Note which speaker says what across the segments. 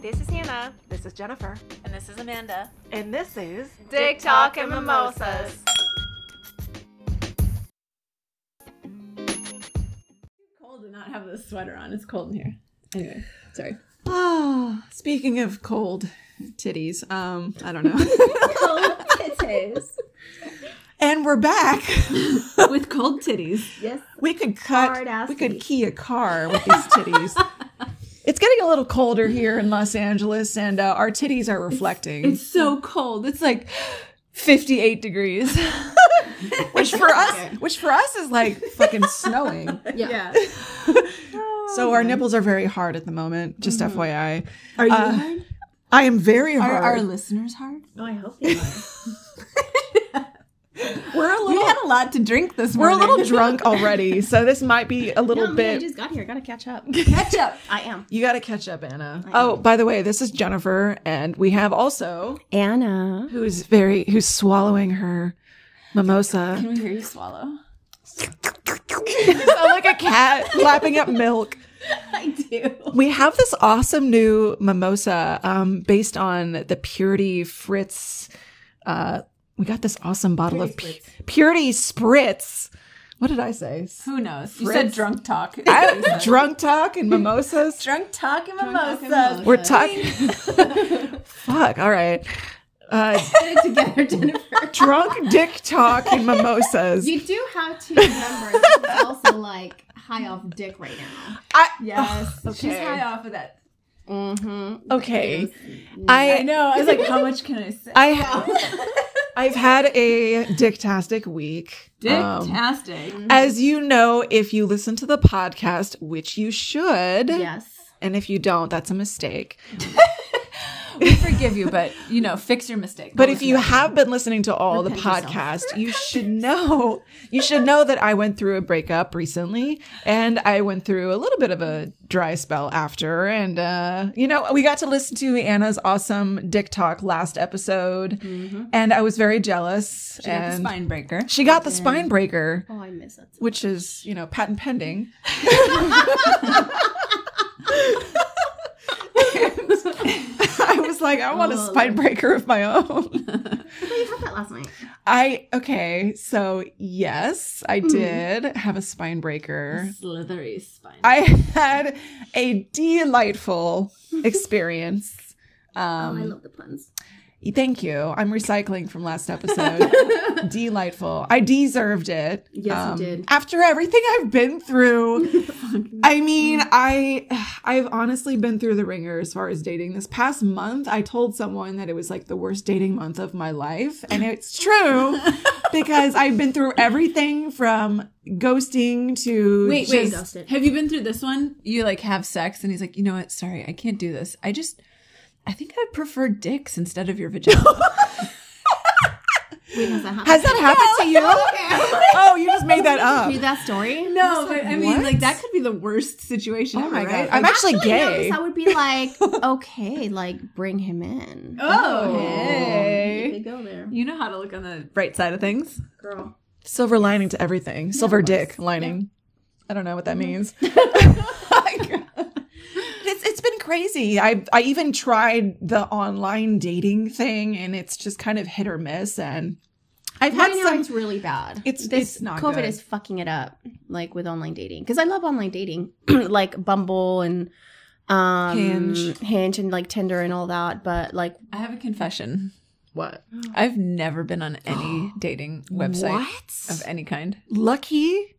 Speaker 1: This is Hannah,
Speaker 2: This is Jennifer.
Speaker 3: And this is Amanda.
Speaker 2: And this is
Speaker 1: Dick Talk and Mimosas.
Speaker 3: Cold to not have this sweater on. It's cold in here. Anyway, sorry.
Speaker 4: Oh, speaking of cold titties, um, I don't know.
Speaker 3: Cold titties.
Speaker 4: and we're back.
Speaker 3: With cold titties. Yes.
Speaker 4: we could cut.
Speaker 3: Hard-ass
Speaker 4: We could
Speaker 3: titties.
Speaker 4: key a car with these titties. it's getting a little colder here in Los Angeles, and uh, our titties are reflecting,
Speaker 3: It's so cold. It's like,
Speaker 4: 58 degrees, which for us, which for us is like fucking snowing.
Speaker 3: yeah. Oh,
Speaker 4: So our nipples are very hard at the moment. Just FYI,
Speaker 3: Mm-hmm. Are you
Speaker 4: Uh,
Speaker 3: hard?
Speaker 4: I am very
Speaker 3: Are
Speaker 4: hard.
Speaker 3: our listeners hard?
Speaker 2: Oh, I hope you are.
Speaker 4: we're a
Speaker 3: We
Speaker 4: little.
Speaker 3: had a lot to drink this
Speaker 4: We're a
Speaker 3: morning.
Speaker 4: little drunk already, so this might be a little
Speaker 2: no, man, I
Speaker 4: bit.
Speaker 2: just got here. Gotta catch up.
Speaker 3: catch up.
Speaker 2: I am.
Speaker 4: You got to catch up, Anna. Oh, by the way, this is Jennifer, and we have also
Speaker 2: Anna.
Speaker 4: who's very who's swallowing her mimosa.
Speaker 3: Can we hear you swallow?
Speaker 4: you sound like a cat lapping up milk.
Speaker 3: I do.
Speaker 4: We have this awesome new mimosa um, based on the Purity Fritz. Uh, we got this awesome bottle of pu- Purity Spritz. What did I say?
Speaker 3: Who knows? You said
Speaker 4: Fritz.
Speaker 3: drunk talk.
Speaker 4: I- drunk talk and mimosas.
Speaker 3: drunk talk and mimosas.
Speaker 4: We're talking. Fuck. All right. Uh,
Speaker 2: Put it together, Jennifer.
Speaker 4: drunk dick talk and mimosas.
Speaker 2: You do have to remember that she's also like high off dick right now.
Speaker 4: I,
Speaker 3: Yes. oh, She's
Speaker 4: okay.
Speaker 3: high off of that.
Speaker 2: Mm-hmm.
Speaker 4: okay.
Speaker 3: I
Speaker 4: I
Speaker 3: know. I was like, how much can I say?
Speaker 4: I I've had a dicktastic week. Um,
Speaker 3: Dicktastic.
Speaker 2: Mm,
Speaker 4: as you know, if you listen to the podcast, which you should,
Speaker 2: Yes.
Speaker 4: and if you don't, that's a mistake.
Speaker 3: we forgive you, but you know, fix your mistake.
Speaker 4: But if you have been listening to all the
Speaker 2: Repent
Speaker 4: podcast, you should know you should know that I went through a breakup recently, and I went through a little bit of a dry spell after. And uh, you know, we got to listen to Anna's awesome dick talk last episode, and I was very jealous.
Speaker 3: Mm-hmm. she got the
Speaker 4: and
Speaker 3: spine breaker.
Speaker 4: she got the spine breaker,
Speaker 2: Oh, I miss it.
Speaker 4: which is you know patent pending. I was like, I want a spine breaker of my own.
Speaker 2: Oh, you had that last night.
Speaker 4: I okay, so yes,
Speaker 2: Mm-hmm.
Speaker 4: I did have a spine breaker.
Speaker 3: Slithery spine.
Speaker 4: I had a delightful experience.
Speaker 2: oh, I
Speaker 4: Um,
Speaker 2: love the puns.
Speaker 4: thank you. I'm recycling from last episode. delightful. I deserved it. Um,
Speaker 2: Yes, you did.
Speaker 4: After everything I've been through, I mean, I I've honestly been through the ringer as far as dating. This past month, I told someone that it was like the worst dating month of my life, and it's true because I've been through everything from ghosting to
Speaker 3: wait,
Speaker 2: She
Speaker 3: wait.
Speaker 2: does it.
Speaker 3: Have you been through this one? You like have sex, and he's like, you know what? Sorry, I can't do this. I just, I think I'd prefer dicks instead of your vagina.
Speaker 2: Wait, has that happened?
Speaker 4: Has that happened to you? oh, you just made that
Speaker 2: Knew
Speaker 4: up.
Speaker 2: that story?
Speaker 3: no, but I mean,
Speaker 4: what?
Speaker 3: like that could be the worst situation.
Speaker 4: Oh
Speaker 3: ever,
Speaker 4: my
Speaker 3: right?
Speaker 4: god, I'm
Speaker 3: Like,
Speaker 4: actually,
Speaker 2: no,
Speaker 4: gay.
Speaker 2: 'cause I would be like, okay, like bring him in.
Speaker 3: oh,
Speaker 2: You
Speaker 3: hey.
Speaker 2: could go there,
Speaker 3: You know how to look on the bright side of things.
Speaker 2: girl.
Speaker 4: Silver lining to everything. Silver dick lining. I don't know what that means. it's it's been crazy. I I even tried the online dating thing and it's just kind of hit or miss and I've
Speaker 2: Right
Speaker 4: had
Speaker 2: now,
Speaker 4: some
Speaker 2: it's really bad.
Speaker 4: it's-
Speaker 2: this
Speaker 4: it's not
Speaker 2: COVID
Speaker 4: good.
Speaker 2: is fucking it up, like with online dating. Because I love online dating, like Bumble and um,
Speaker 4: Hinge.
Speaker 2: Hinge, and like Tinder and all that. But like,
Speaker 3: I have a confession.
Speaker 4: what?
Speaker 3: I've never been on any dating website
Speaker 4: What?
Speaker 3: of any kind.
Speaker 4: Lucky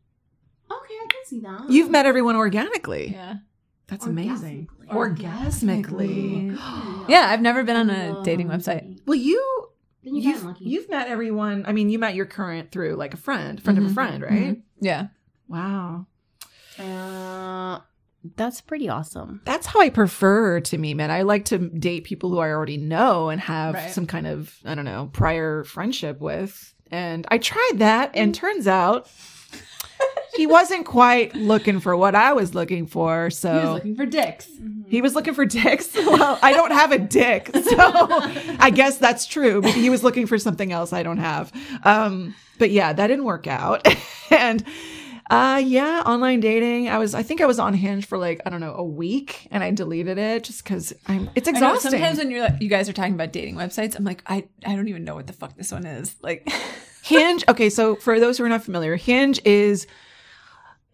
Speaker 2: okay, I can see that.
Speaker 4: you've met everyone organically.
Speaker 3: Yeah.
Speaker 4: That's amazing.
Speaker 3: Orgasmically.
Speaker 4: Orgasmically.
Speaker 3: Yeah, I've never been on a dating website.
Speaker 4: Well, you
Speaker 2: Then you got
Speaker 4: you've,
Speaker 2: lucky.
Speaker 4: you've met everyone. I mean, you met your current through like a friend, friend of a
Speaker 3: Mhm.
Speaker 4: friend, right?
Speaker 3: Yeah.
Speaker 4: Mm-hmm. Wow.
Speaker 2: uh, that's pretty awesome.
Speaker 4: That's how I prefer to meet men. I like to date people who I already know and have
Speaker 3: Right.
Speaker 4: some kind of, I don't know, prior friendship with. And I tried that,
Speaker 3: Mm.
Speaker 4: and turns out he wasn't quite looking for what I was looking for. So
Speaker 3: He was looking for dicks.
Speaker 4: he was looking for dicks. Well, I don't have a dick, so I guess that's true. But he was looking for something else I don't have. Um, but yeah, that didn't work out. and Uh yeah, online dating. I was I think I was on Hinge for like, I don't know, a week and I deleted it just cuz I'm it's
Speaker 3: I know,
Speaker 4: exhausting.
Speaker 3: sometimes when you're like, you guys are talking about dating websites, I'm like, I, I don't even know what the fuck this one is. Like,
Speaker 4: Hinge. Okay, so for those who are not familiar, Hinge is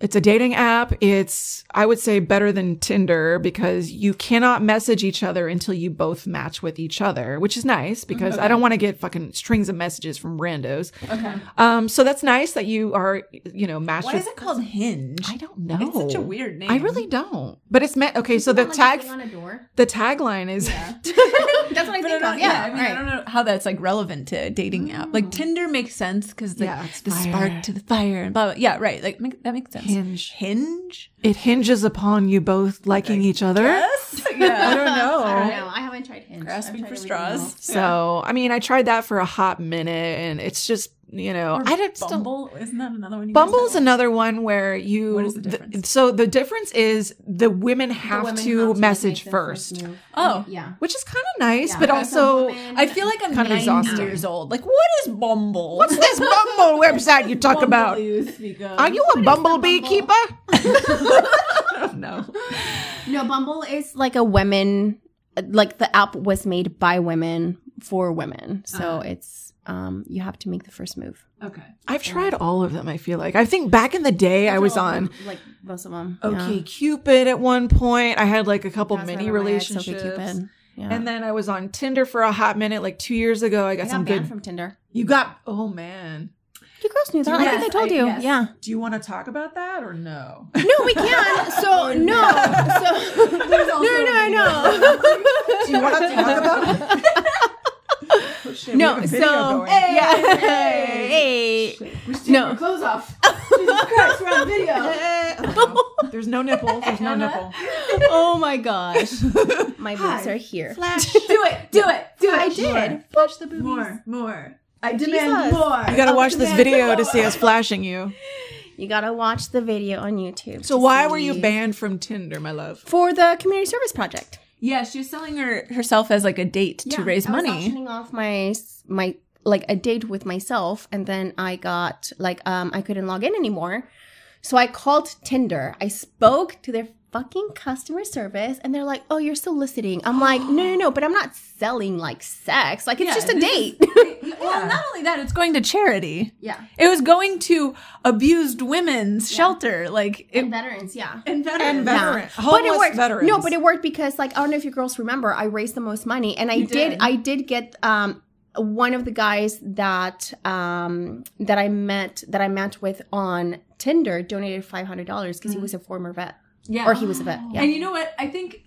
Speaker 4: it's a dating app. It's I would say better than Tinder because you cannot message each other until you both match with each other, which is nice because I don't want to get fucking strings of messages from randos.
Speaker 3: okay.
Speaker 4: Um, so that's nice that you are you know matched.
Speaker 3: Why
Speaker 4: with,
Speaker 3: is it called Hinge?
Speaker 4: I don't know.
Speaker 3: It's such a weird name.
Speaker 4: I really don't. But it's meant okay. So the
Speaker 2: Like,
Speaker 4: tag
Speaker 2: on a door.
Speaker 4: the tagline is
Speaker 2: That's what I
Speaker 3: But I
Speaker 2: think
Speaker 3: don't,
Speaker 2: of.
Speaker 3: yeah,
Speaker 2: Yeah,
Speaker 3: I mean, I
Speaker 2: right.
Speaker 3: don't know how that's like relevant to dating app. Like Tinder makes sense because like
Speaker 4: Mm. Yeah, it's
Speaker 3: the
Speaker 4: fire.
Speaker 3: spark to the fire and blah blah. Yeah, right. Like make, that makes sense.
Speaker 4: Hinge.
Speaker 3: Hinge.
Speaker 4: it hinges upon you both liking each other.
Speaker 3: Yes.
Speaker 4: I
Speaker 3: Yeah.
Speaker 4: don't know.
Speaker 2: I don't know. I haven't tried Hinge.
Speaker 3: Grasping
Speaker 2: I've
Speaker 3: for
Speaker 2: tried
Speaker 3: straws.
Speaker 2: everything else.
Speaker 4: So I mean, I tried that for a hot minute, and it's just you know,
Speaker 3: Or
Speaker 4: I don't still.
Speaker 3: Bumble isn't that another one? You guys
Speaker 4: Bumble's
Speaker 3: have?
Speaker 4: another one where you.
Speaker 3: What is the
Speaker 4: th-
Speaker 3: difference?
Speaker 4: so the difference is the women
Speaker 2: The
Speaker 4: have,
Speaker 2: women
Speaker 4: to,
Speaker 2: have like,
Speaker 4: message
Speaker 2: make their
Speaker 4: first,
Speaker 2: move.
Speaker 3: Oh.
Speaker 2: yeah.
Speaker 4: which is kind of nice,
Speaker 2: Yeah.
Speaker 4: but
Speaker 2: Okay.
Speaker 4: also.
Speaker 2: Women-
Speaker 3: I feel like I'm
Speaker 4: Kind
Speaker 3: 90
Speaker 4: of exhausting.
Speaker 3: years old. Like, what is Bumble?
Speaker 4: What's this Bumble website you talk about? Are you a bumblebee keeper? no.
Speaker 2: No, Bumble is like a women like the app was made by women for women. So
Speaker 4: Uh-huh.
Speaker 2: it's um you have to make the first move.
Speaker 3: Okay.
Speaker 4: I've tried all of them, I feel like. I think back in the day I was
Speaker 2: All
Speaker 4: on
Speaker 2: of them, like most of them.
Speaker 4: Okay Cupid at one point. I had like a couple
Speaker 2: That's why I had
Speaker 4: mini
Speaker 2: SophieCupid.
Speaker 4: relationships.
Speaker 2: Yeah.
Speaker 4: And then I was on Tinder for a hot minute, like two years ago. I got,
Speaker 2: I got
Speaker 4: some
Speaker 2: banned
Speaker 4: good.
Speaker 2: from Tinder.
Speaker 4: you got. Oh man.
Speaker 2: You girls knew that. I think I
Speaker 3: Yes,
Speaker 2: told
Speaker 3: I-
Speaker 2: you.
Speaker 3: yes.
Speaker 2: Yeah.
Speaker 4: Do you want to talk about that or no?
Speaker 2: No, we can.
Speaker 4: Oh,
Speaker 2: So no. So no, no, no.
Speaker 4: Do you want to talk about Oh, it?
Speaker 2: No. So
Speaker 4: eh.
Speaker 2: yeah. Hey. No.
Speaker 3: Close off.
Speaker 4: There's no nipple. There's no nipple.
Speaker 2: Oh my gosh. My boobs are here.
Speaker 4: Flash.
Speaker 3: Do it. Do it. Do it.
Speaker 2: I did. Push the boobies.
Speaker 3: More. More. I
Speaker 2: Jesus.
Speaker 3: demand more.
Speaker 4: You gotta watch this video to see us flashing you.
Speaker 2: You gotta watch the video on YouTube.
Speaker 4: So
Speaker 2: to
Speaker 4: why were you
Speaker 2: see-
Speaker 4: banned from Tinder, my love?
Speaker 2: For the community service project.
Speaker 3: Yeah, she was selling her herself as like a date to
Speaker 2: Yeah,
Speaker 3: raise
Speaker 2: I was
Speaker 3: money.
Speaker 2: auctioning off my my like a date with myself, and then I got like um I couldn't log in anymore, so I called Tinder. I spoke to their fucking customer service, and they're like, "Oh, you're soliciting." I'm like, "No, no, no," but I'm not selling like sex. Like it's
Speaker 3: Yeah,
Speaker 2: just a
Speaker 3: this
Speaker 2: date.
Speaker 3: Well, not only that, it's going to charity.
Speaker 2: yeah,
Speaker 3: It was going to abused women's shelter, like it,
Speaker 2: and veterans. Yeah.
Speaker 3: and veterans.
Speaker 4: And
Speaker 2: Yeah.
Speaker 4: veteran,
Speaker 2: But it
Speaker 4: homeless
Speaker 2: worked.
Speaker 4: veterans.
Speaker 2: No, but it worked because like I don't know if you girls remember, I raised the most money, and I did.
Speaker 3: did.
Speaker 2: I did get um one of the guys that um that I met that I met with on Tinder donated five hundred dollars because he was a former vet
Speaker 3: yeah.
Speaker 2: or he was a vet. Yeah.
Speaker 3: And you know what? I think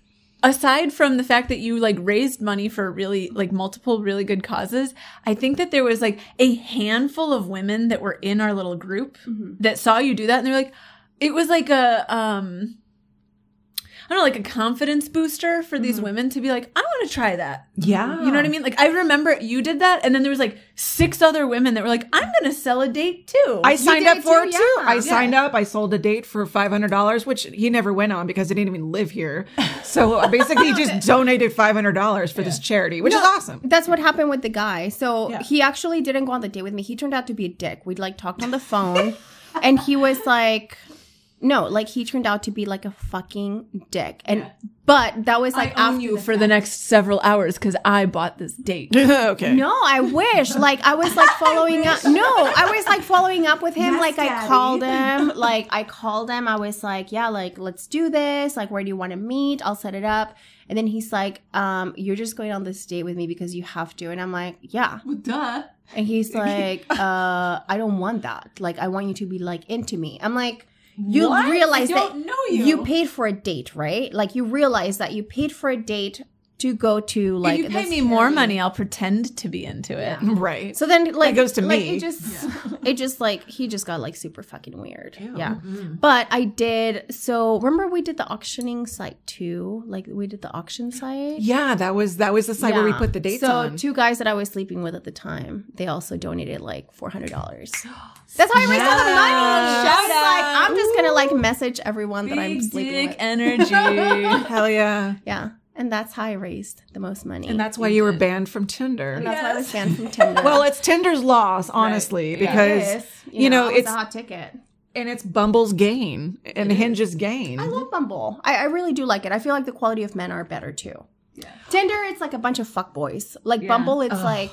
Speaker 3: aside from the fact that you like raised money for really like multiple really good causes, I think that there was like a handful of women that were in our little group that saw you do that and they're like it was like a um I don't know, like a confidence booster for these women to be like, I want to try that.
Speaker 4: yeah.
Speaker 3: You know what I mean? Like I remember you did that, and then there was like six other women that were like, "I'm gonna sell a date too."
Speaker 4: I signed
Speaker 2: did
Speaker 4: up
Speaker 2: it
Speaker 4: for
Speaker 2: too?
Speaker 4: it too.
Speaker 2: Yeah.
Speaker 4: I
Speaker 2: Yeah.
Speaker 4: signed up. I sold a date for five hundred dollars, which he never went on because he didn't even live here. So uh, basically, he just donated five hundred dollars for this charity, which is awesome.
Speaker 2: That's what happened with the guy. So
Speaker 4: Yeah.
Speaker 2: he actually didn't go on the date with me. He turned out to be a dick. We like talked on the phone, and he was like, "No, like he turned out to be like a fucking dick." And but that was
Speaker 3: I
Speaker 2: like
Speaker 3: own
Speaker 2: after
Speaker 3: you
Speaker 2: the
Speaker 3: for the next several hours because I bought this date.
Speaker 4: okay.
Speaker 2: No, I wish. Like I was like following up. No, I was like following up with him.
Speaker 3: Yes,
Speaker 2: like I
Speaker 3: Daddy.
Speaker 2: called him. Like I called him. I was like, yeah, like let's do this. Like where do you want to meet? I'll set it up. And then he's like, um, you're just going on this date with me because you have to. And I'm like, yeah.
Speaker 3: Well, duh.
Speaker 2: And he's like, uh, I don't want that. Like I want you to be like into me. I'm like, you
Speaker 3: What?
Speaker 2: realize
Speaker 3: I
Speaker 2: that
Speaker 3: don't know you.
Speaker 2: paid for a date, right? Like you realize that you paid for a date to go to like
Speaker 3: if you pay
Speaker 2: this
Speaker 3: me more money, I'll pretend to be into it.
Speaker 4: Right.
Speaker 2: so then, like,
Speaker 4: goes to
Speaker 2: like,
Speaker 4: me.
Speaker 2: It just, it just like he just got like super fucking weird. Yeah, but I did. So remember, we did the auctioning site too. Like we did the auction site.
Speaker 4: yeah, that was that was the site where we
Speaker 2: Yeah.
Speaker 4: put the dates
Speaker 2: so
Speaker 4: on.
Speaker 2: two guys that I was sleeping with at the time, they also donated like four hundred dollars. That's how I raised all the money.
Speaker 3: Shout
Speaker 2: I was like,
Speaker 3: out.
Speaker 2: I'm just gonna like message everyone that I'm
Speaker 3: Big
Speaker 2: sleeping
Speaker 3: dick
Speaker 2: with.
Speaker 3: energy.
Speaker 4: Hell yeah!
Speaker 2: yeah, and that's how I raised the most money.
Speaker 4: And that's why you were banned from Tinder.
Speaker 2: And that's why I was
Speaker 3: Yes.
Speaker 2: banned from Tinder.
Speaker 4: Well, it's Tinder's loss, honestly,
Speaker 3: Yeah,
Speaker 4: because
Speaker 2: Yes.
Speaker 4: you know,
Speaker 2: it was
Speaker 4: it's-
Speaker 2: a hot ticket.
Speaker 4: and it's Bumble's gain and Hinge's gain.
Speaker 3: Mm-hmm.
Speaker 2: I love Bumble. I, I really do like it. I feel like the quality of men are better too. Tinder, it's like a bunch of fuckboys. Like
Speaker 3: Yeah.
Speaker 2: Bumble, it's like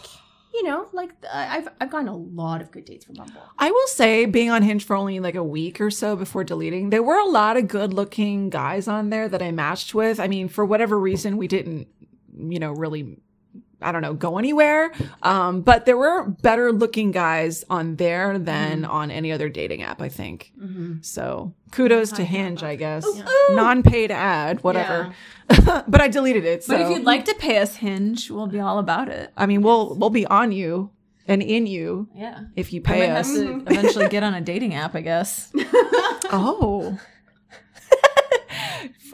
Speaker 2: you know, like uh, I've I've gotten a lot of good dates from Bumble.
Speaker 4: I will say, being on Hinge for only like a week or so before deleting, there were a lot of good looking guys on there that I matched with. I mean, for whatever reason, we didn't, you know, really, I don't know, go anywhere. Um, but there were better looking guys on there than
Speaker 3: Mm-hmm.
Speaker 4: on any other dating app, I think. So kudos to Hinge, I guess.
Speaker 3: Oh,
Speaker 4: Non paid ad, whatever. but I deleted it. So.
Speaker 3: But if you'd like to pay us Hinge, we'll be all about it.
Speaker 4: I mean, we'll, we'll be on you and in you
Speaker 3: Yeah.
Speaker 4: if you
Speaker 3: I might
Speaker 4: pay
Speaker 3: have
Speaker 4: us.
Speaker 3: to eventually get on a dating app, I guess.
Speaker 4: Oh.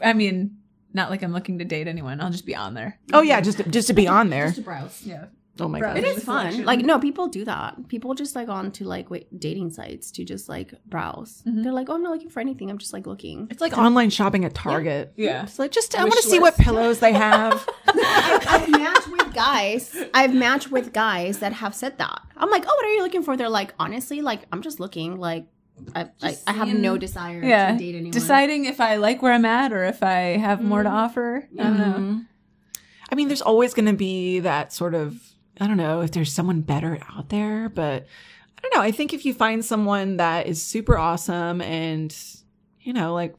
Speaker 3: I mean, not like I'm looking to date anyone. I'll just be on there.
Speaker 4: Oh yeah, just just to be on there.
Speaker 2: To browse.
Speaker 3: Yeah.
Speaker 4: Oh my
Speaker 2: It
Speaker 4: god.
Speaker 2: is fun. Like no, people do that. People just like on to like wait, dating sites to just like browse.
Speaker 3: Mm-hmm.
Speaker 2: They're like, oh, I'm not looking for anything. I'm just like looking.
Speaker 4: It's like online shopping at Target.
Speaker 3: Yeah.
Speaker 4: It's like just I want to see what pillows they have.
Speaker 2: I've matched with guys. I've matched with guys that have said that. I'm like, oh, what are you looking for? They're like, honestly, like I'm just looking. Like I I, I have
Speaker 3: seeing-
Speaker 2: no desire
Speaker 3: Yeah.
Speaker 2: to date anyone. Mm-hmm.
Speaker 3: Deciding if I like where I'm at or if I have more to offer. I don't know.
Speaker 4: I mean, there's always going to be that sort of I don't know if there's someone better out there, but I don't know. I think if you find someone that is super awesome and you know, like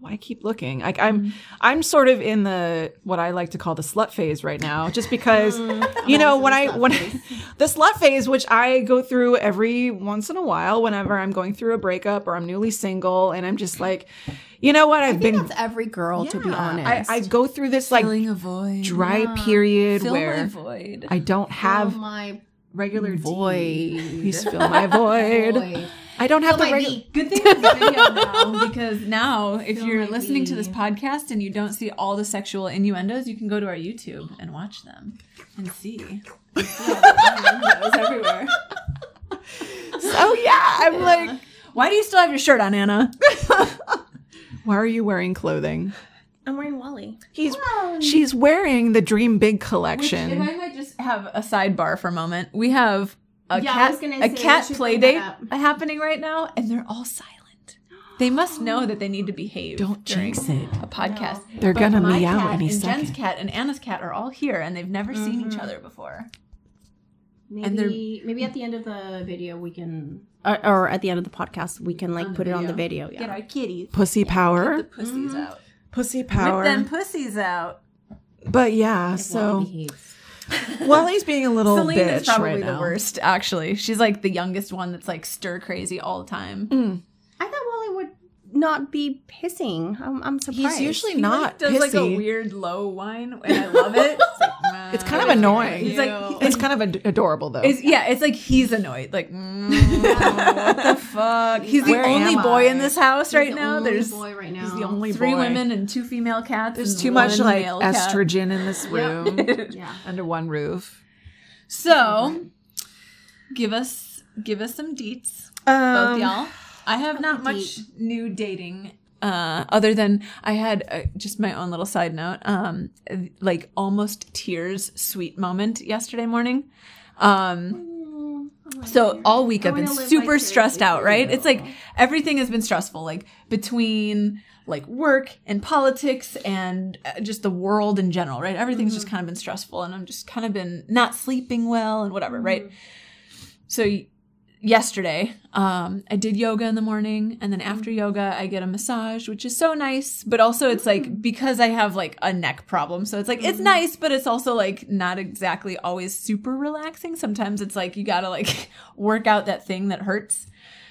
Speaker 4: why keep looking? Like I'm I'm sort of in the what I like to call the slut phase right now just because you know, when I when the slut phase which I go through every once in a while whenever I'm going through a breakup or I'm newly single and I'm just like you know what? I've
Speaker 2: I think
Speaker 4: been
Speaker 2: that's every girl, to be
Speaker 4: Yeah,
Speaker 2: honest.
Speaker 4: I, I go through this like
Speaker 3: Filling a void.
Speaker 4: dry period
Speaker 3: Fill my
Speaker 4: where
Speaker 3: void.
Speaker 4: I don't
Speaker 2: have
Speaker 4: have
Speaker 2: Oh my
Speaker 4: regular
Speaker 2: void.
Speaker 4: Please fill my void.
Speaker 2: void.
Speaker 4: I don't have
Speaker 2: Fill
Speaker 4: the
Speaker 2: my
Speaker 4: regular.
Speaker 2: V.
Speaker 3: Good thing it's video now because now if
Speaker 2: Fill
Speaker 3: you're
Speaker 2: my
Speaker 3: listening to this
Speaker 2: V.
Speaker 3: podcast and you don't see all the sexual innuendos, you can go to our YouTube and watch them and see. You see all the innuendos everywhere.
Speaker 4: Oh yeah, I'm like,
Speaker 3: Why do you still have your shirt on, Anna?
Speaker 4: why are you wearing clothing?
Speaker 2: I'm wearing Wally.
Speaker 4: He's she's wearing the Dream Big
Speaker 3: Which, if
Speaker 4: collection.
Speaker 3: I might just have a sidebar for a moment, we have a
Speaker 2: Yeah, I
Speaker 3: cat
Speaker 2: was gonna
Speaker 3: a
Speaker 2: say,
Speaker 3: cat
Speaker 2: we should
Speaker 3: play
Speaker 2: bring
Speaker 3: date
Speaker 2: that
Speaker 3: happening right now, and they're all silent. They must know that they need to behave.
Speaker 4: Don't
Speaker 3: during
Speaker 4: jinx it.
Speaker 3: A podcast.
Speaker 4: They're
Speaker 3: But
Speaker 4: gonna
Speaker 3: my
Speaker 4: meow
Speaker 3: cat
Speaker 4: any
Speaker 3: and
Speaker 4: second.
Speaker 3: Jen's cat and Anna's cat are all here, and they've never seen each other before. And they're-
Speaker 2: Maybe maybe at the end of the video we can, or, or at the end of the podcast we can like put it on the video. Yeah.
Speaker 3: Get our kitties,
Speaker 4: Pussy
Speaker 3: the
Speaker 4: power,
Speaker 3: pussies out,
Speaker 4: pussy
Speaker 3: Whip them
Speaker 4: Mm-hmm. power.
Speaker 3: pussies out.
Speaker 4: But yeah, so Wally's being a little
Speaker 3: Celine
Speaker 4: Oh, bitch
Speaker 3: is probably
Speaker 4: right
Speaker 3: the
Speaker 4: now.
Speaker 3: worst. Actually, she's like the youngest one that's like stir crazy all the time.
Speaker 2: I thought Wally would not be pissing. I'm, I'm surprised.
Speaker 4: He's usually
Speaker 3: He, like,
Speaker 4: not
Speaker 3: does
Speaker 4: pissy.
Speaker 3: like a weird low whine, and I love it. It's, like, "Meh."
Speaker 4: it's kind of annoying.
Speaker 3: He's like,
Speaker 4: it's kind of ad- adorable though.
Speaker 3: it's, yeah, it's like he's annoyed. Like, "Mm, what the fuck? He's the
Speaker 4: Where
Speaker 3: only
Speaker 4: am
Speaker 3: boy
Speaker 2: I?
Speaker 3: in this house right now. There's
Speaker 2: right now.
Speaker 4: He's the only
Speaker 3: three
Speaker 4: boy.
Speaker 3: women and two female cats.
Speaker 4: There's
Speaker 3: and
Speaker 4: too much
Speaker 3: one
Speaker 4: like
Speaker 3: male cat.
Speaker 4: estrogen in this room
Speaker 2: Yeah.
Speaker 4: under one roof.
Speaker 3: So, give us give us some deets, both y'all. I have not much new dating. Uh, other than I had uh, just my own little side note, um, like almost tears sweet moment yesterday morning. Um, so all week I've been
Speaker 2: wanna live
Speaker 3: super
Speaker 2: vicariously
Speaker 3: stressed out, right? It's like everything has been stressful, like between like work and politics and uh, just the world in general, right? Everything's just kind of been stressful and I'm just kind of been not sleeping well and whatever, right? So y- yesterday, um, I did yoga in the morning and then after yoga I get a massage, which is so nice, but also it's like because I have like a neck problem. So it's like it's nice, but it's also like not exactly always super relaxing. Sometimes it's like you got to like work out that thing that hurts.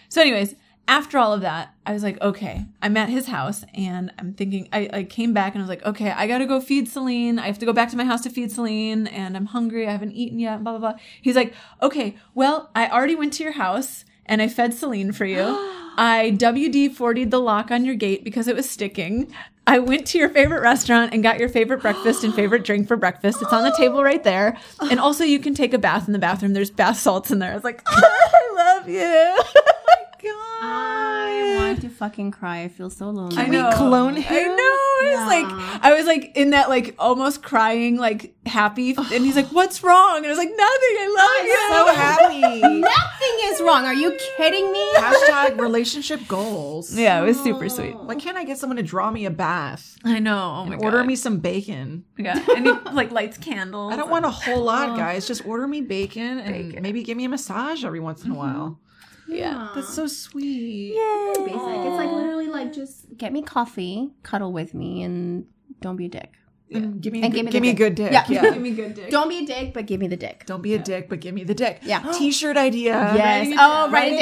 Speaker 3: So, anyways, after all of that, I was like, okay, I'm at his house and I'm thinking, I, I came back and I was like, okay, I gotta go feed Celine. I have to go back to my house to feed Celine and I'm hungry. I haven't eaten yet, blah, blah, blah. He's like, okay, well, I already went to your house and I fed Celine for you. I WD 40'd the lock on your gate because it was sticking. I went to your favorite restaurant and got your favorite breakfast and favorite drink for breakfast. It's on the table right there. And also, you can take a bath in the bathroom. There's bath salts in there. I was like, I love you.
Speaker 2: I want to fucking cry. I feel so lonely.
Speaker 3: I know.
Speaker 4: clone him?
Speaker 3: I know. I was
Speaker 2: Yeah.
Speaker 3: like, I was like in that like almost crying, like happy. And he's like, "What's wrong?" And I was like, "Nothing. I love
Speaker 4: so happy.
Speaker 2: Nothing is wrong. Are you kidding me?
Speaker 4: Hashtag relationship goals.
Speaker 3: you." Yeah, it was super sweet.
Speaker 4: Why can't I get someone to draw me a bath?
Speaker 3: I know. Oh my
Speaker 4: and order
Speaker 3: God.
Speaker 4: me some bacon.
Speaker 3: Yeah, and he like lights candles.
Speaker 4: I don't want a whole lot, guys. Just order me bacon and maybe give me a massage every once in a while.
Speaker 3: Mm-hmm. Yeah.
Speaker 4: That's so sweet.
Speaker 2: Basic. It's like literally like just get me coffee, cuddle with me, and don't be a dick.
Speaker 4: And give me,
Speaker 2: And
Speaker 4: a,
Speaker 2: give
Speaker 4: give
Speaker 2: me the
Speaker 4: me a
Speaker 2: dick.
Speaker 4: good dick.
Speaker 2: Yeah.
Speaker 4: yeah.
Speaker 3: me good dick.
Speaker 2: Don't be a dick, but give me the dick.
Speaker 4: Don't be a dick, but give me the dick.
Speaker 2: Yeah.
Speaker 4: T-shirt idea.
Speaker 2: Yes. Oh, write it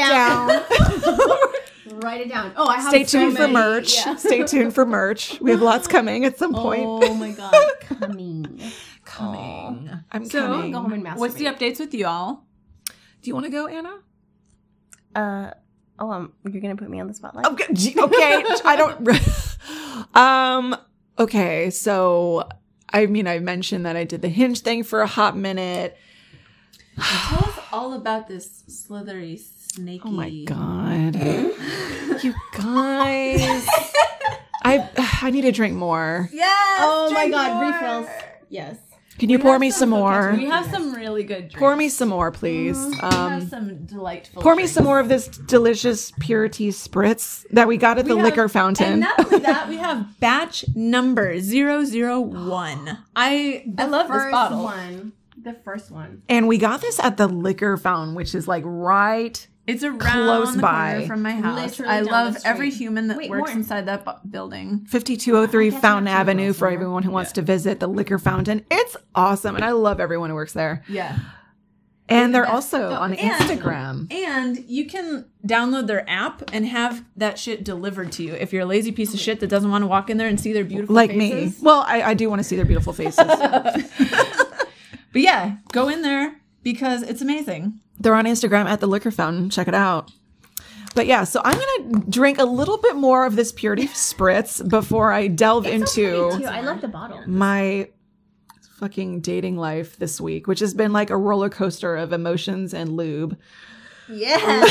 Speaker 2: down. Write it down. Oh, I have
Speaker 4: Stay
Speaker 2: so
Speaker 4: tuned for
Speaker 2: many.
Speaker 4: merch.
Speaker 2: Yeah.
Speaker 4: Stay tuned for merch. We have lots coming at some point.
Speaker 2: Oh my god, coming.
Speaker 4: coming. I'm
Speaker 3: So,
Speaker 4: coming.
Speaker 2: Go home and masturbate.
Speaker 3: What's the updates with you all?
Speaker 4: Do you want to go, Anna?
Speaker 2: Uh, oh, um, you're gonna put me on the spotlight.
Speaker 4: Okay. gee, okay. I don't. um. Okay. So, I mean, I mentioned that I did the hinge thing for a hot minute.
Speaker 3: Tell us all about this slithery snaky.
Speaker 4: Oh my god. you guys. I I need to drink more.
Speaker 3: Yes.
Speaker 2: Oh my
Speaker 3: drink
Speaker 2: god,
Speaker 3: more.
Speaker 2: refills. Yes.
Speaker 4: Can you pour me some more?
Speaker 3: We have Mm-hmm. some really good drinks.
Speaker 4: Pour me some more, please.
Speaker 3: We have
Speaker 4: Um,
Speaker 3: some delightful.
Speaker 4: pour me
Speaker 3: drinks.
Speaker 4: some more of this delicious purity spritz that we got at the
Speaker 3: We have-
Speaker 4: liquor fountain.
Speaker 3: And not only that, we have batch number 001. I I love this bottle.
Speaker 2: one. The first one.
Speaker 4: And we got this at the liquor fountain, which is like right.
Speaker 3: It's around
Speaker 4: Close
Speaker 3: the
Speaker 4: by.
Speaker 3: corner from my house.
Speaker 2: Literally
Speaker 3: I
Speaker 2: down the
Speaker 3: love every
Speaker 2: street.
Speaker 3: human that
Speaker 2: Wait,
Speaker 3: works
Speaker 2: Warren.
Speaker 3: inside that bu- building.
Speaker 4: 5203 Fountain
Speaker 2: actually
Speaker 4: Avenue
Speaker 2: goes
Speaker 4: for
Speaker 2: somewhere.
Speaker 4: everyone who wants to visit the liquor fountain. It's awesome. And I love everyone who works there.
Speaker 3: Yeah.
Speaker 4: And they're also
Speaker 2: Oh,
Speaker 4: on
Speaker 3: and-
Speaker 4: Instagram.
Speaker 3: And you can download their app and have that shit delivered to you if you're a lazy piece of shit that doesn't want to walk in there and see their beautiful
Speaker 4: Like
Speaker 3: faces.
Speaker 4: me. Well, I, I do want to see their beautiful faces.
Speaker 3: But yeah, go in there because it's amazing.
Speaker 4: they're on Instagram at the liquor fountain. Check it out. But yeah, so I'm gonna drink a little bit more of this purity spritz before I delve into
Speaker 2: Cute. I love the bottle.
Speaker 4: my fucking dating life this week, which has been like a roller coaster of emotions and lube.
Speaker 2: Yeah.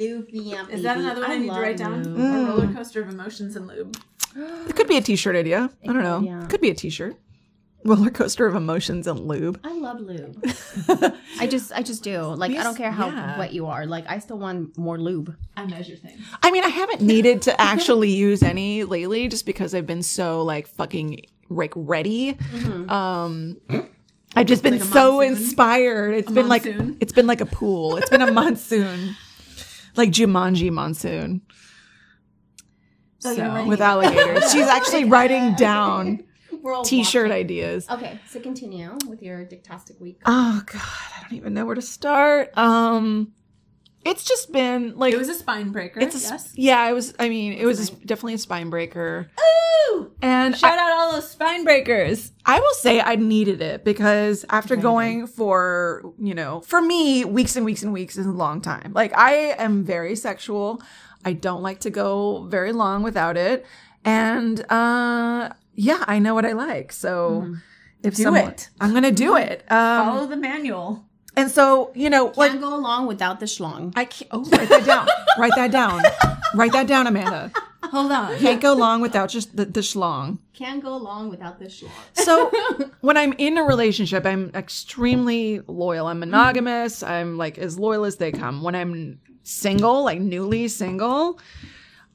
Speaker 2: Luvium.
Speaker 3: Is that another one I, need to write down? A
Speaker 4: Mm.
Speaker 3: roller coaster of emotions and lube.
Speaker 4: It could be a t-shirt idea. I don't know.
Speaker 2: Yeah.
Speaker 4: Could be a t-shirt. Roller coaster of emotions and lube.
Speaker 2: I love lube. I just, I just do. Like, I don't care how wet you are. Like, I still want more lube.
Speaker 3: I measure things.
Speaker 4: I mean, I haven't needed to actually use any lately just because I've been so like fucking like ready.
Speaker 3: Mm-hmm.
Speaker 4: Um I've just been so inspired. It's been like
Speaker 3: monsoon?
Speaker 4: it's been like a pool. It's been a monsoon. Like Jumanji monsoon
Speaker 3: So,
Speaker 4: with alligators. She's actually writing down
Speaker 2: We're all
Speaker 4: t-shirt ideas.
Speaker 3: Oh.
Speaker 2: Okay, so continue with your dictastic week.
Speaker 4: Oh god, I don't even know where to start. Um it's just been like
Speaker 3: it was a spine breaker.
Speaker 4: it's a, sp-
Speaker 3: yes.
Speaker 4: yeah, it was I mean, it was a sp- definitely a spine breaker.
Speaker 3: Ooh!
Speaker 4: And I-
Speaker 3: Shout out all those spine breakers.
Speaker 4: I will say I needed it because after going for, you know, for me, weeks and weeks and weeks is a long time. Like I am very sexual. I don't like to go very long without it. And uh yeah, I know what I like. So if
Speaker 3: Mm-hmm. Do
Speaker 4: someone-
Speaker 3: it. Mm-hmm.
Speaker 4: I'm gonna do it. Um
Speaker 3: Follow the manual.
Speaker 4: and so, you know, like
Speaker 2: Can't go along without the schlong.
Speaker 4: I can't oh write that down. write that down. Write that down, Amanda.
Speaker 3: Hold on.
Speaker 4: Can't go long without just the, the schlong.
Speaker 2: Can't go along without the schlong.
Speaker 4: So when I'm in a relationship, I'm extremely loyal. I'm monogamous. I'm like as loyal as they come. When I'm single, like newly single,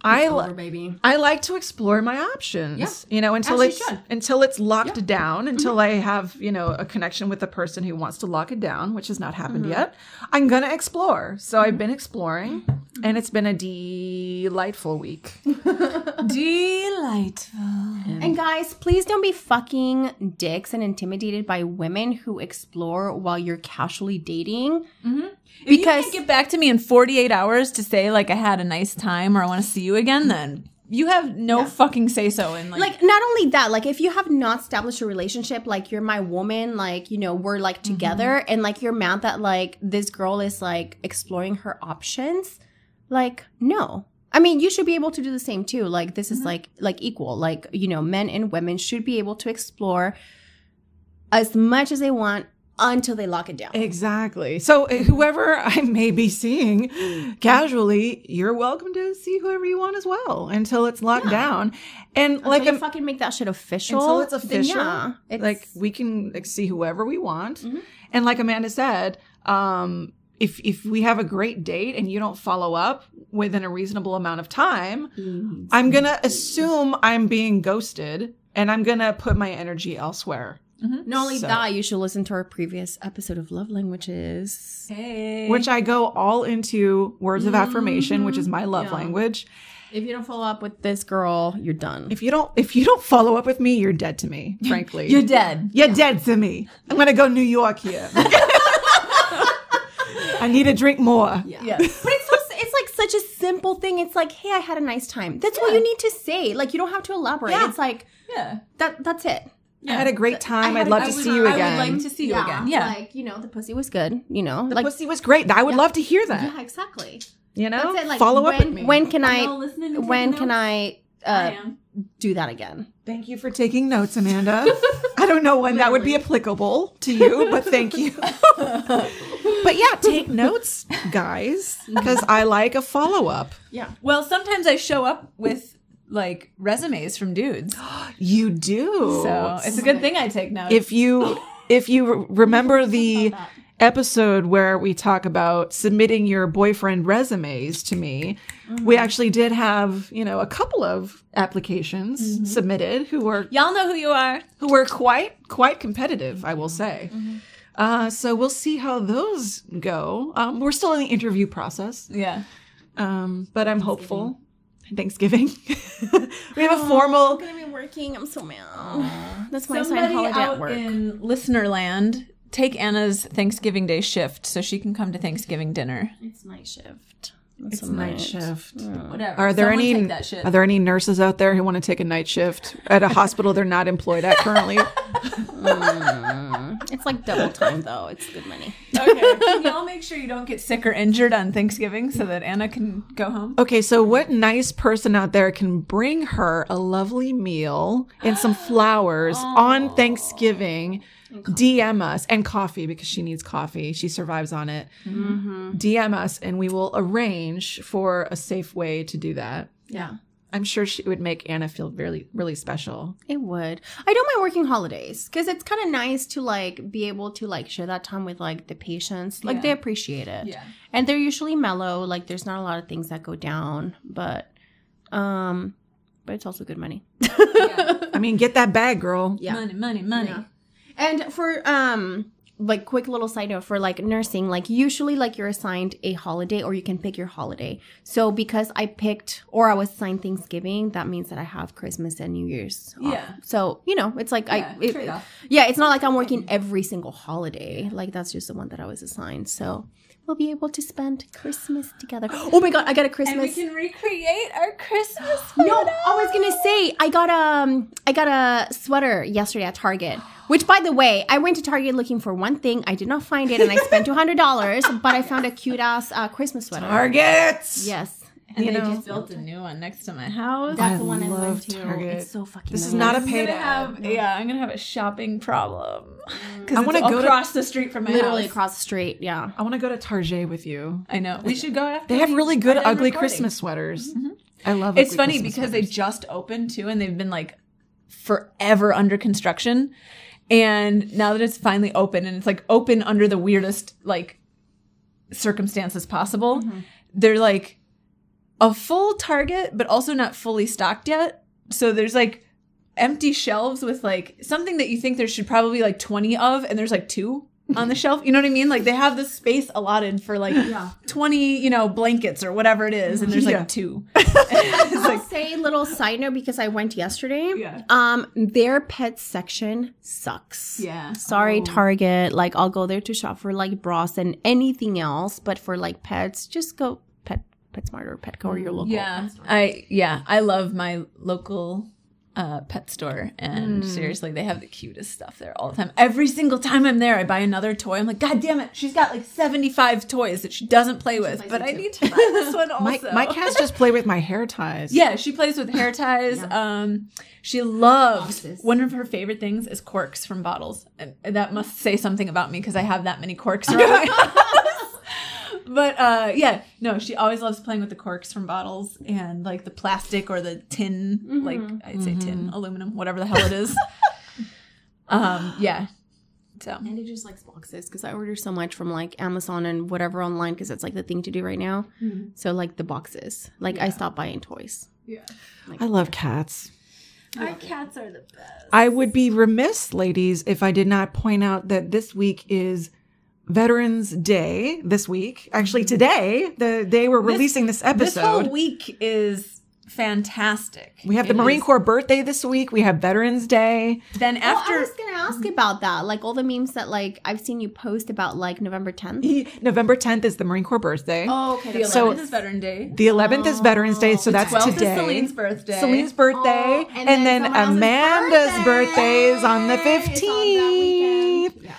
Speaker 4: I li-
Speaker 2: Over, baby.
Speaker 4: I like to explore my options. You know, until
Speaker 3: As you
Speaker 4: it's
Speaker 3: should. Mm-hmm.
Speaker 4: until it's locked down, until I have, you know, a connection with the person who wants to lock it down, which has not happened
Speaker 3: Mm-hmm.
Speaker 4: yet. I'm gonna explore. So I've been exploring
Speaker 3: Mm-hmm.
Speaker 4: and it's been a delightful week.
Speaker 3: Delightful.
Speaker 2: And guys, please don't be fucking dicks and intimidated by women who explore while you're casually dating.
Speaker 3: Because get back to me in 48 hours to say like I had a nice time or I want to see you again, then you have no fucking say so in like,
Speaker 2: Like, not only that, like, if you have not established a relationship, like, you're my woman, like, you know, we're like
Speaker 4: Mm-hmm.
Speaker 2: together, and like, you're mad that like this girl is like exploring her options, like, no. I mean, you should be able to do the same too. Like, this
Speaker 4: Mm-hmm.
Speaker 2: is like, like equal. Like, you know, men and women should be able to explore as much as they want until they lock it down.
Speaker 4: Exactly. So uh, whoever I may be seeing casually, you're welcome to see whoever you want as well until it's locked down. And
Speaker 2: like
Speaker 4: like
Speaker 2: you
Speaker 4: um,
Speaker 2: fucking make that shit official.
Speaker 4: until it's
Speaker 2: then
Speaker 4: official,
Speaker 2: yeah, it's,
Speaker 4: like we can like, see whoever we want.
Speaker 3: Mm-hmm.
Speaker 4: And like Amanda said, um, if if we have a great date and you don't follow up within a reasonable amount of time, I'm gonna assume I'm being ghosted, and I'm gonna put my energy elsewhere.
Speaker 2: not only
Speaker 4: so-
Speaker 2: that, you should listen to our previous episode of Love Languages.
Speaker 3: Hey.
Speaker 4: which I go all into words of affirmation, which is my love
Speaker 3: Mm-hmm.
Speaker 4: language.
Speaker 2: If you don't follow up with this girl, you're done.
Speaker 4: If you don't, if you don't follow up with me, you're dead to me. Frankly,
Speaker 3: You're dead.
Speaker 4: You're dead to me. I'm gonna go New York here. I need to drink more.
Speaker 2: But it's so, it's like such a simple thing. It's like, hey, I had a nice time. That's what you need to say. Like you don't have to elaborate. It's like
Speaker 3: Yeah.
Speaker 2: that. That's it.
Speaker 4: I had a great time.
Speaker 2: I had
Speaker 4: I'd
Speaker 2: a
Speaker 4: love
Speaker 2: great
Speaker 4: to
Speaker 2: time.
Speaker 4: see you
Speaker 2: I would
Speaker 4: again.
Speaker 3: I would like to see you again. Yeah.
Speaker 2: Like you know, the pussy was good. You know, like
Speaker 4: Pussy was great. I would love to hear that.
Speaker 2: yeah, exactly.
Speaker 4: You know,
Speaker 2: That's it. Like
Speaker 4: follow
Speaker 2: when,
Speaker 4: up with me.
Speaker 2: When can
Speaker 3: Are you all
Speaker 2: I?
Speaker 3: listening and
Speaker 2: When
Speaker 3: taking
Speaker 2: can
Speaker 3: notes?
Speaker 2: I?
Speaker 3: I
Speaker 2: Uh,
Speaker 3: am.
Speaker 2: do that again.
Speaker 4: Thank you for taking notes, Amanda. I don't know when that would be applicable to you, but thank you. but yeah, take notes, guys, because I like a follow up.
Speaker 3: Well, sometimes I show up with like resumes from dudes.
Speaker 4: You do.
Speaker 2: Oh,
Speaker 3: So it's a good thing I take notes.
Speaker 4: if you if you re- remember the episode where we talk about submitting your boyfriend resumes to me, we actually did have you know a couple of applications submitted who were
Speaker 3: Y'all know who you are.
Speaker 4: who were quite quite competitive, I will say. Uh, so we'll see how those go. Um, we're still in the interview process,
Speaker 3: Yeah.
Speaker 4: um, but I'm hopeful. Thanksgiving, Oh, we have a
Speaker 2: I'm
Speaker 4: formal.
Speaker 2: gonna be working. I'm so mad. That's my assigned
Speaker 3: Somebody
Speaker 2: holiday
Speaker 3: out
Speaker 2: at work.
Speaker 3: in listener land, take Anna's Thanksgiving Day shift so she can come to Thanksgiving dinner.
Speaker 2: it's night shift.
Speaker 4: It's night shift.
Speaker 3: Whatever.
Speaker 4: Are there
Speaker 3: Someone
Speaker 4: any
Speaker 3: Take that shit.
Speaker 4: are there any nurses out there who want to take a night shift at a hospital they're not employed at currently?
Speaker 2: It's like double time though. It's good money.
Speaker 3: okay. Can y'all make sure you don't get sick or injured on Thanksgiving so that Anna can go home?
Speaker 4: Okay, so what nice person out there can bring her a lovely meal and some flowers on Thanksgiving? DM us and coffee because she needs coffee. She survives on it.
Speaker 3: Mm-hmm.
Speaker 4: DM us and we will arrange for a safe way to do that.
Speaker 2: Yeah.
Speaker 4: I'm sure she would make Anna feel really, really special.
Speaker 2: It would. I don't mind working holidays because it's kind of nice to like be able to like share that time with like the patients. Like they appreciate it.
Speaker 3: Yeah.
Speaker 2: And they're usually mellow. Like there's not a lot of things that go down, but um, but it's also good money.
Speaker 4: I mean, get that bag, girl.
Speaker 2: Yeah.
Speaker 3: Money, money, money.
Speaker 2: And for um like quick little side note for like nursing, like usually like you're assigned a holiday or you can pick your holiday. So because I picked or I was assigned Thanksgiving, that means that I have Christmas and New Year's. off.
Speaker 3: Yeah.
Speaker 2: So, you know, it's like
Speaker 3: Yeah,
Speaker 2: I it-
Speaker 3: trade-off.
Speaker 2: Yeah, it's not like I'm working every single holiday. Like that's just the one that I was assigned. So We'll be able to spend Christmas together. Oh my god, I got a Christmas.
Speaker 3: And we can recreate our Christmas.
Speaker 2: No, I was gonna say I got um I got a sweater yesterday at Target. Which, by the way, I went to Target looking for one thing. I did not find it, and I spent two hundred dollars. But I found a cute ass uh, Christmas sweater.
Speaker 4: Targets.
Speaker 2: Yes,
Speaker 3: And
Speaker 4: You
Speaker 3: they
Speaker 4: know.
Speaker 3: just built a new one next to my house.
Speaker 2: that's
Speaker 4: I
Speaker 2: the one I
Speaker 4: love
Speaker 2: went to.
Speaker 4: Target.
Speaker 2: It's so fucking.
Speaker 4: This is
Speaker 2: nice.
Speaker 4: not a
Speaker 3: I'm
Speaker 4: paid
Speaker 3: gonna
Speaker 4: ad.
Speaker 3: have, yeah, Mm. I'm gonna have a shopping problem because
Speaker 4: I
Speaker 3: I want
Speaker 4: wanna
Speaker 3: to go
Speaker 4: go to-
Speaker 3: across the street from my
Speaker 2: literally
Speaker 3: house.
Speaker 2: across the street. Yeah,
Speaker 4: I want to go to Target with you.
Speaker 3: I know. We should go after.
Speaker 4: They have
Speaker 3: we
Speaker 4: really good
Speaker 3: are done
Speaker 4: ugly
Speaker 3: recording.
Speaker 4: Christmas sweaters.
Speaker 2: Mm-hmm.
Speaker 4: I love.
Speaker 3: It's
Speaker 4: ugly
Speaker 3: funny
Speaker 4: Christmas
Speaker 3: because they
Speaker 4: sweaters.
Speaker 3: just opened too, and they've been like forever under construction. And now that it's finally open, and it's like open under the weirdest like circumstances possible,
Speaker 4: Mm-hmm.
Speaker 3: they're like a full Target, but also not fully stocked yet. So there's like empty shelves with like something that you think there should probably like 20 of, and there's like two on the shelf. You know what I mean? Like they have this space allotted for like 20, you know, blankets or whatever it is, and there's like
Speaker 4: Yeah.
Speaker 3: two.
Speaker 2: I'll say a little side note because I went yesterday.
Speaker 3: Yeah.
Speaker 2: Um, their pet section sucks.
Speaker 3: Yeah.
Speaker 2: Sorry, Target. Like, I'll go there to shop for like bras and anything else, but for like pets, just go Mm, pet PetSmart or Petco or your local.
Speaker 3: Yeah, I yeah, I love my local uh, pet store, and seriously, they have the cutest stuff there all the time. Every single time I'm there, I buy another toy. I'm like, God damn it, she's got like 75 toys that she doesn't play with, but I need to buy this one also.
Speaker 4: My, my cats just play with my hair ties.
Speaker 3: Yeah, she plays with hair ties. Um, she loves
Speaker 5: Boxes.
Speaker 3: one of her favorite things is corks from bottles, and that must say something about me because I have that many corks around my house. But uh, yeah, no, she always loves playing with the corks from bottles and like the plastic or the tin,
Speaker 5: Mm-hmm.
Speaker 3: like I'd say tin,
Speaker 4: Mm-hmm.
Speaker 3: aluminum, whatever the hell it is. um, yeah, so
Speaker 2: Andy just likes boxes because I order so much from like Amazon and whatever online because it's like the thing to do right now. So like the boxes, like I stopped buying toys.
Speaker 4: I love cats.
Speaker 5: Our cats are the best.
Speaker 4: I would be remiss, ladies, if I did not point out that this week is Veterans Day. This week, actually,
Speaker 2: Mm-hmm.
Speaker 4: today, the day we're releasing this
Speaker 3: this whole
Speaker 4: episode.
Speaker 3: week is fantastic.
Speaker 4: we have the
Speaker 3: It
Speaker 4: Marine
Speaker 3: is-
Speaker 4: Corps birthday this week. We have Veterans Day.
Speaker 3: Then
Speaker 2: After, Mm-hmm.
Speaker 3: after
Speaker 2: I was gonna ask about that, like all the memes that like I've seen you post about like November 10th.
Speaker 4: November 10th is the Marine Corps birthday.
Speaker 2: Oh, okay.
Speaker 3: the
Speaker 2: that's
Speaker 4: So-
Speaker 3: 11th is Veteran Day.
Speaker 4: The 11th is Veterans Day, so that's
Speaker 3: 12th
Speaker 4: today.
Speaker 3: is Celine's birthday.
Speaker 4: Celine's birthday,
Speaker 2: Oh,
Speaker 4: and,
Speaker 2: and
Speaker 4: then,
Speaker 2: then someone else's
Speaker 4: Amanda's birthday is on the
Speaker 2: birthday. It's on that
Speaker 4: 15th.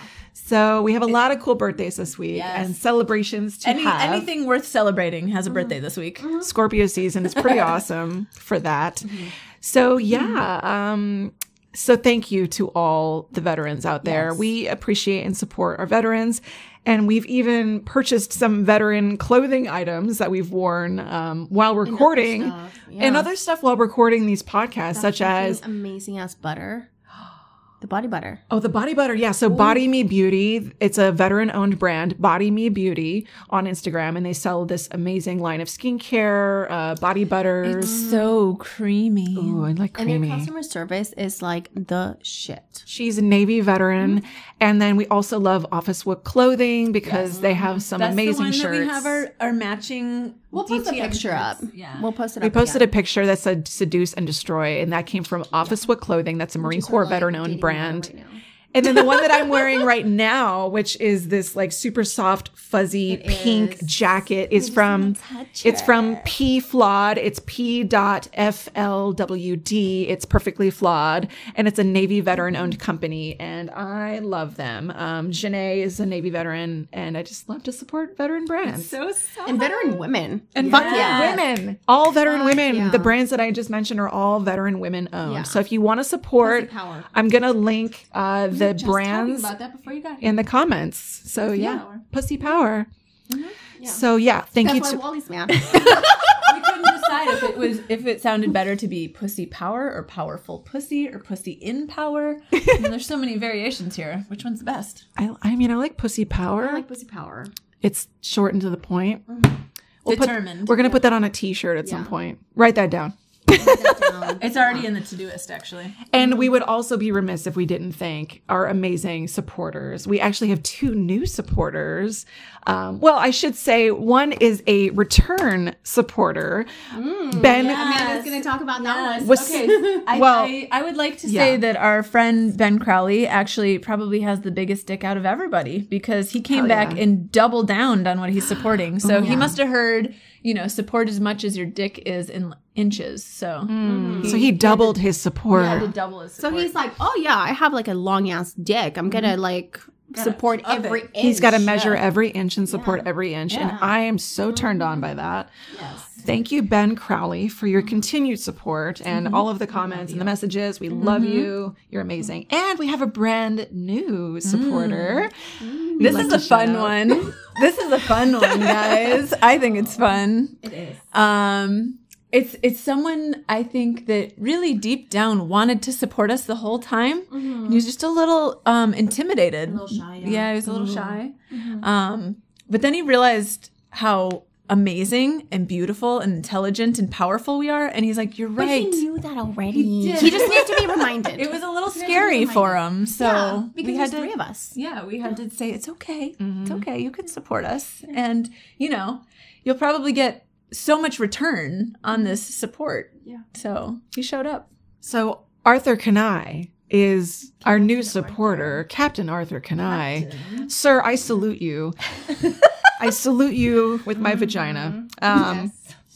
Speaker 4: So we have a lot of cool birthdays this week
Speaker 3: Yes.
Speaker 4: and celebrations to
Speaker 3: Any,
Speaker 4: have.
Speaker 3: anything worth celebrating has a birthday this week.
Speaker 4: Scorpio season is pretty awesome for that. So yeah, um so thank you to all the veterans out there. We appreciate and support our veterans. And we've even purchased some veteran clothing items that we've worn um, while recording and other,
Speaker 2: stuff,
Speaker 4: stuff,
Speaker 2: yeah.
Speaker 4: while recording these podcasts, such as
Speaker 2: amazing ass butter, the body butter.
Speaker 4: Oh, the body butter. Yeah. So Body Me Beauty, it's a veteran owned brand, Body Me Beauty on Instagram, and they sell this amazing line of skincare, uh, body butters.
Speaker 3: So creamy.
Speaker 4: Ooh, I like
Speaker 2: And their
Speaker 4: creamy.
Speaker 2: customer service is like the shit.
Speaker 4: She's a Navy veteran. And then we also love Office Wook clothing because they have some
Speaker 3: That's
Speaker 4: amazing
Speaker 3: the one
Speaker 4: shirts.
Speaker 3: that we have our, our matching.
Speaker 2: We'll post a
Speaker 3: DTM
Speaker 2: picture up.
Speaker 3: shirts. Yeah.
Speaker 2: We'll post it
Speaker 4: we
Speaker 2: up.
Speaker 4: posted a picture that said seduce and destroy, and that came from Office Wook Clothing. That's a Marine Corps veteran owned brand. And then the one that I'm wearing right now, which is this like super soft fuzzy pink jacket, is from it's from P Flawed. It's P dot F L W D. It's perfectly flawed, and it's a Navy veteran owned company, and I love them. Um, Janae is a Navy veteran, and I just love to support veteran brands.
Speaker 3: So soft.
Speaker 2: And veteran women.
Speaker 4: and
Speaker 3: Yeah.
Speaker 4: fuck yeah, women, all veteran women. The brands that I just mentioned are all veteran women owned.
Speaker 2: Yeah.
Speaker 4: So if you want to support,
Speaker 2: Pussy power.
Speaker 4: I'm gonna link uh, the brands
Speaker 3: about that before you got here.
Speaker 4: in the comments. So yeah,
Speaker 3: power.
Speaker 4: pussy power. So yeah, thank
Speaker 2: That's why
Speaker 4: you. To-
Speaker 2: Wally's mad.
Speaker 3: we couldn't decide if it was if it sounded better to be pussy power or powerful pussy or pussy in power. And there's so many variations here. Which one's the best?
Speaker 4: I, I mean, I like pussy power.
Speaker 2: I like pussy power.
Speaker 4: it's short and to the point. We'll put-
Speaker 3: Determined.
Speaker 4: we're gonna put that on a T-shirt at some point. Write that down.
Speaker 3: it's already in the to-doist actually.
Speaker 4: And we would also be remiss if we didn't thank our amazing supporters. We actually have two new supporters. Um, well, I should say one is a return supporter, Ben.
Speaker 2: Amanda's gonna talk about that one.
Speaker 4: Was
Speaker 3: I,
Speaker 4: Well,
Speaker 3: I, I would like to
Speaker 4: yeah.
Speaker 3: say that our friend Ben Crowley actually probably has the biggest dick out of everybody because he came back and doubled down on what he's supporting.
Speaker 4: Oh,
Speaker 3: So he must have heard, you know, support as much as your dick is in inches. So
Speaker 4: so he doubled his support.
Speaker 3: had to double his
Speaker 2: So
Speaker 3: support.
Speaker 2: he's like, oh yeah, I have like a long ass dick. I'm gonna like support every inch.
Speaker 4: He's got to measure every inch and support every inch. And I am so turned on by that. Yes. Thank you, Ben Crowley, for your continued support and all of the comments and the messages. We love you. You're amazing. And we have a brand new supporter. We'd
Speaker 3: this
Speaker 4: like
Speaker 3: is
Speaker 4: to
Speaker 3: a
Speaker 4: shout
Speaker 3: fun
Speaker 4: out-
Speaker 3: one. this is a fun one, guys. I think it's fun. It is. Um it's it's someone I think that really deep down wanted to support us the whole time. He was just a little um intimidated. A little shy. Yeah, he was a little shy. Um but then he realized how amazing and beautiful and intelligent and powerful we are and he's like you're
Speaker 2: But
Speaker 3: right.
Speaker 2: he knew that already. He, just needed to be reminded.
Speaker 3: it was a little scary for him. So
Speaker 2: yeah, because
Speaker 3: we
Speaker 2: there's
Speaker 3: had to
Speaker 2: three of us.
Speaker 3: yeah, we had to say it's okay. It's okay. You can support us. And, you know, you'll probably get so much return on this support. Mm-hmm. Yeah. So he showed up.
Speaker 4: So Arthur Kanai is our new supporter, Captain Arthur Kanai. Sir, I salute you. I salute you with my vagina. Um,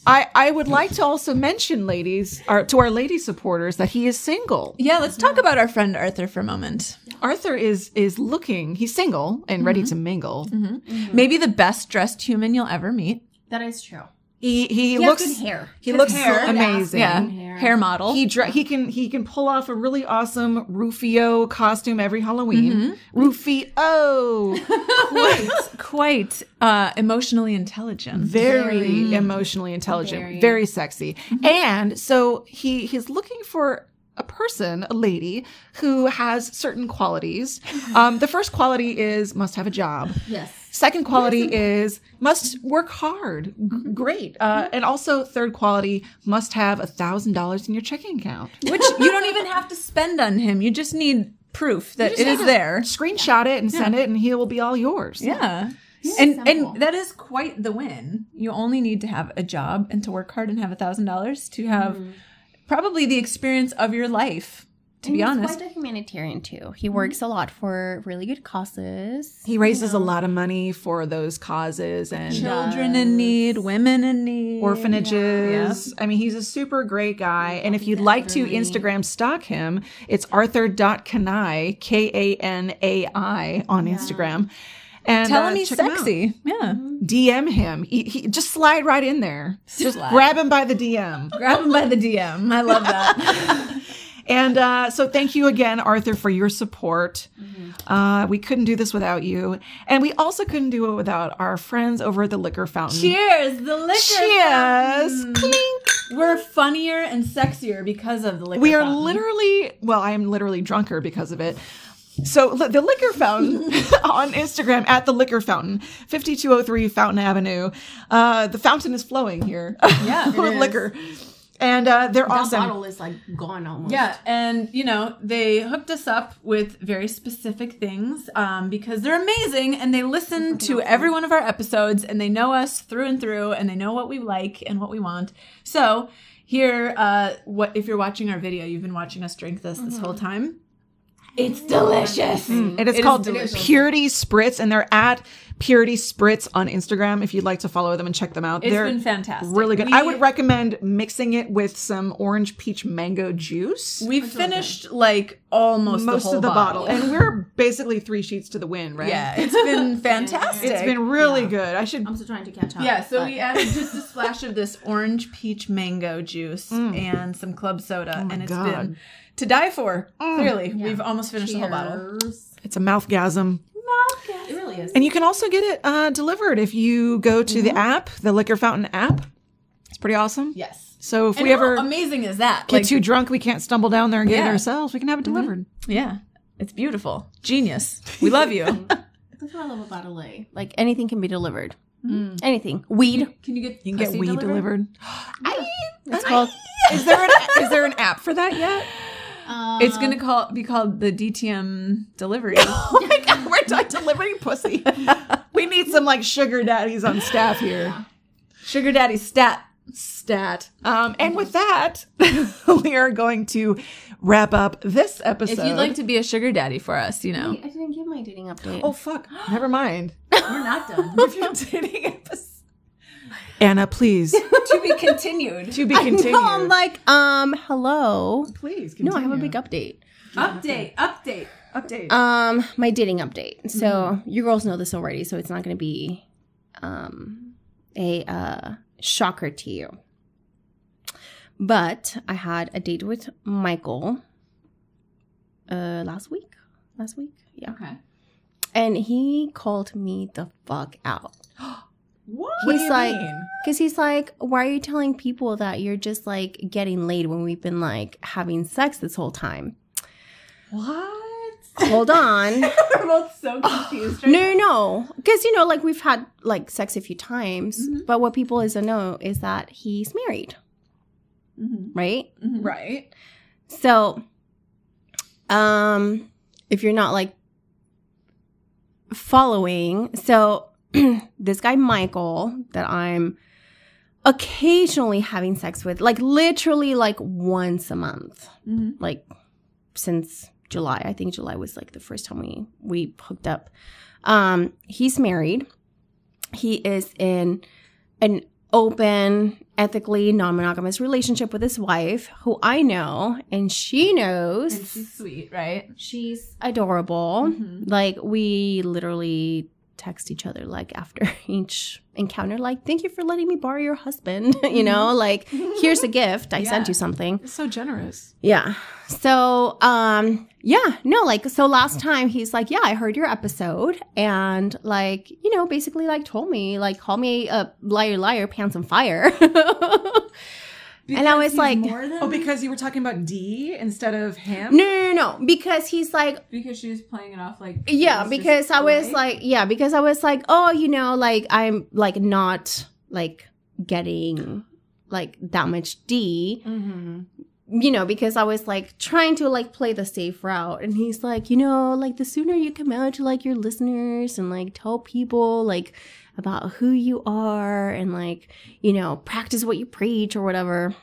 Speaker 4: I, I would like to also mention, ladies, our, to our lady supporters, that he is single.
Speaker 3: Yeah, let's talk about our friend Arthur for a moment.
Speaker 4: Arthur is is looking. He's single and ready to mingle.
Speaker 3: Mm-hmm. Maybe the best dressed human you'll ever meet.
Speaker 2: That is true.
Speaker 4: He he,
Speaker 2: He
Speaker 4: looks
Speaker 2: has good hair.
Speaker 4: He looks
Speaker 5: hair.
Speaker 4: amazing.
Speaker 3: Yeah,
Speaker 2: Hair.
Speaker 3: hair model.
Speaker 4: He dre- he can he can pull off a really awesome Rufio costume every Halloween. Rufio,
Speaker 3: quite, quite uh, emotionally intelligent.
Speaker 4: very, emotionally intelligent, very, sexy, and so he he's looking for a person, a lady who has certain qualities. Um, the first quality is must have a job.
Speaker 5: Yes.
Speaker 4: Second quality is must work hard. G- great. Uh, and also, third quality must have a thousand dollars in your checking account.
Speaker 3: Which you don't even have to spend on him. You just need proof that it is there.
Speaker 4: Screenshot it and send it, and he will be all yours.
Speaker 3: Yeah. And and that is quite the win. You only need to have a job and to work hard and have a thousand dollars to have probably the experience of your life. To be honest,
Speaker 2: quite a humanitarian too. He works a lot for really good causes.
Speaker 4: He raises a lot of money for those causes and
Speaker 3: children in need, women in need,
Speaker 4: orphanages. I mean, he's a super great guy. And if you'd like to Instagram stalk him, it's arthur.kanai, K A N A I, on Instagram. And
Speaker 3: Tell
Speaker 4: uh,
Speaker 3: him he's
Speaker 4: check out.
Speaker 3: sexy. yeah.
Speaker 4: DM him. He, he, just slide right in there. Just grab him by the DM.
Speaker 3: Grab him by the DM. I love that.
Speaker 4: And uh, so, thank you again, Arthur, for your support.
Speaker 3: Mm-hmm.
Speaker 4: Uh, we couldn't do this without you, and we also couldn't do it without our friends over at the liquor fountain.
Speaker 3: Cheers, the liquor.
Speaker 4: Cheers! Clink.
Speaker 3: We're funnier and sexier because of the liquor.
Speaker 4: We are
Speaker 3: fountain.
Speaker 4: literally, well, I am literally drunker because of it. So li- the liquor fountain on Instagram at the liquor fountain, fifty two hundred three Fountain Avenue. Uh, the fountain is flowing here.
Speaker 3: Yeah, it
Speaker 4: with
Speaker 3: is.
Speaker 4: liquor, and uh, they're awesome.
Speaker 2: The bottle is like gone almost.
Speaker 3: Yeah, and you know, they hooked us up with very specific things um, because they're amazing and they listen to every one of our episodes and they know us through and through and they know what we like and what we want. So, here, uh, what if you're watching our video, you've been watching us drink this this whole time. It's delicious.
Speaker 4: It is called Purity Spritz, and they're at Purity Spritz on Instagram. If you'd like to follow them and check them out,
Speaker 3: It's
Speaker 4: they're
Speaker 3: been fantastic.
Speaker 4: really good.
Speaker 3: We-
Speaker 4: I would recommend mixing it with some orange peach mango juice.
Speaker 3: We finished like almost
Speaker 4: most
Speaker 3: the whole
Speaker 4: of the bottle.
Speaker 3: bottle.
Speaker 4: and we're basically three sheets to the wind, right?
Speaker 3: yeah, it's been fantastic.
Speaker 4: it's been really good. I should.
Speaker 5: I'm still trying to catch up.
Speaker 3: Yeah, so
Speaker 5: but-
Speaker 3: we added just a splash of this orange peach mango juice and some club soda, and it's
Speaker 4: Mm. Oh God. Mm.
Speaker 3: been to die for. Clearly, we've almost finished the whole bottle.
Speaker 4: It's a mouthgasm.
Speaker 5: It really is.
Speaker 4: And you can also get it uh, delivered if you go to the app, the Liquor Fountain app. It's pretty awesome.
Speaker 3: Yes.
Speaker 4: So if
Speaker 3: And
Speaker 4: we
Speaker 3: how
Speaker 4: ever
Speaker 3: amazing is that?
Speaker 4: get too drunk, we can't stumble down there and get
Speaker 3: Yeah.
Speaker 4: it ourselves. We can have it delivered.
Speaker 3: yeah, it's beautiful, genius. We love you.
Speaker 5: That's what I love about LA.
Speaker 2: Like anything can be delivered. Anything. Weed.
Speaker 3: Can you get
Speaker 4: You can get weed delivered.
Speaker 2: It's called
Speaker 4: Is there an is there an app for that yet?
Speaker 5: Um,
Speaker 3: It's gonna call be called the DTM delivery.
Speaker 4: Oh my god, we're not delivering pussy. We need some like sugar daddies on staff here.
Speaker 3: Sugar Daddy stat.
Speaker 4: Stat. Um, and with that, we are going to wrap up this episode.
Speaker 3: If you'd like to be a sugar daddy for us, you know.
Speaker 2: I didn't give my dating update.
Speaker 4: oh fuck, never mind.
Speaker 5: We're not done.
Speaker 4: Anna, please
Speaker 3: to be continued.
Speaker 4: to be continued.
Speaker 2: No, I'm like, um, hello.
Speaker 4: please
Speaker 2: No, I have a big update.
Speaker 3: update, update, update.
Speaker 4: Uh,
Speaker 2: Um, my dating update. So you girls know this already, so it's not going to be, um, a uh, shocker to you. But I had a date with Michael. Uh, last week. Last week. Yeah.
Speaker 3: Okay.
Speaker 2: And he called me the fuck out.
Speaker 4: What?
Speaker 2: He's like, because he's like, why are you telling people that you're just like getting laid when we've been like having sex this whole time?
Speaker 4: what?
Speaker 2: Hold on.
Speaker 3: We're both so
Speaker 2: Oh,
Speaker 3: confused.
Speaker 2: No, no, no. Because, you know, like we've had like sex a few times, but what people is to know is that he's married, right?
Speaker 4: Right.
Speaker 2: So, um, if you're not like following, so this guy, Michael, that I'm occasionally having sex with, like literally like once a month,
Speaker 3: Mhm.
Speaker 2: like since July. I think July was like the first time we, we hooked up. Um, he's married. He is in an open, ethically non monogamous relationship with his wife, who I know and she knows.
Speaker 3: And she's sweet, right? Mm-hmm.
Speaker 2: She's adorable. Like we literally text each other like after each encounter, like, thank you for letting me borrow your husband. you
Speaker 3: Mm-hmm.
Speaker 2: know, like here's a gift. I sent you something.
Speaker 4: It's so generous.
Speaker 2: Yeah. So um yeah, no, like so last time he's like, Yeah, I heard your episode and like, you know, basically like told me, like, call me a liar liar, pants on fire. and I was like
Speaker 5: More than
Speaker 4: Oh, because you were talking about D instead of him?
Speaker 2: no, no, no, no, because he's like,
Speaker 3: Because she was playing it off like
Speaker 2: yeah because i was like yeah because i was like oh you know like i'm like not like getting like that much d
Speaker 3: Mm-hmm.
Speaker 2: you know because i was like trying to like play the safe route and he's like you know like the sooner you come out to like your listeners and like tell people like about who you are and like you know practice what you preach or whatever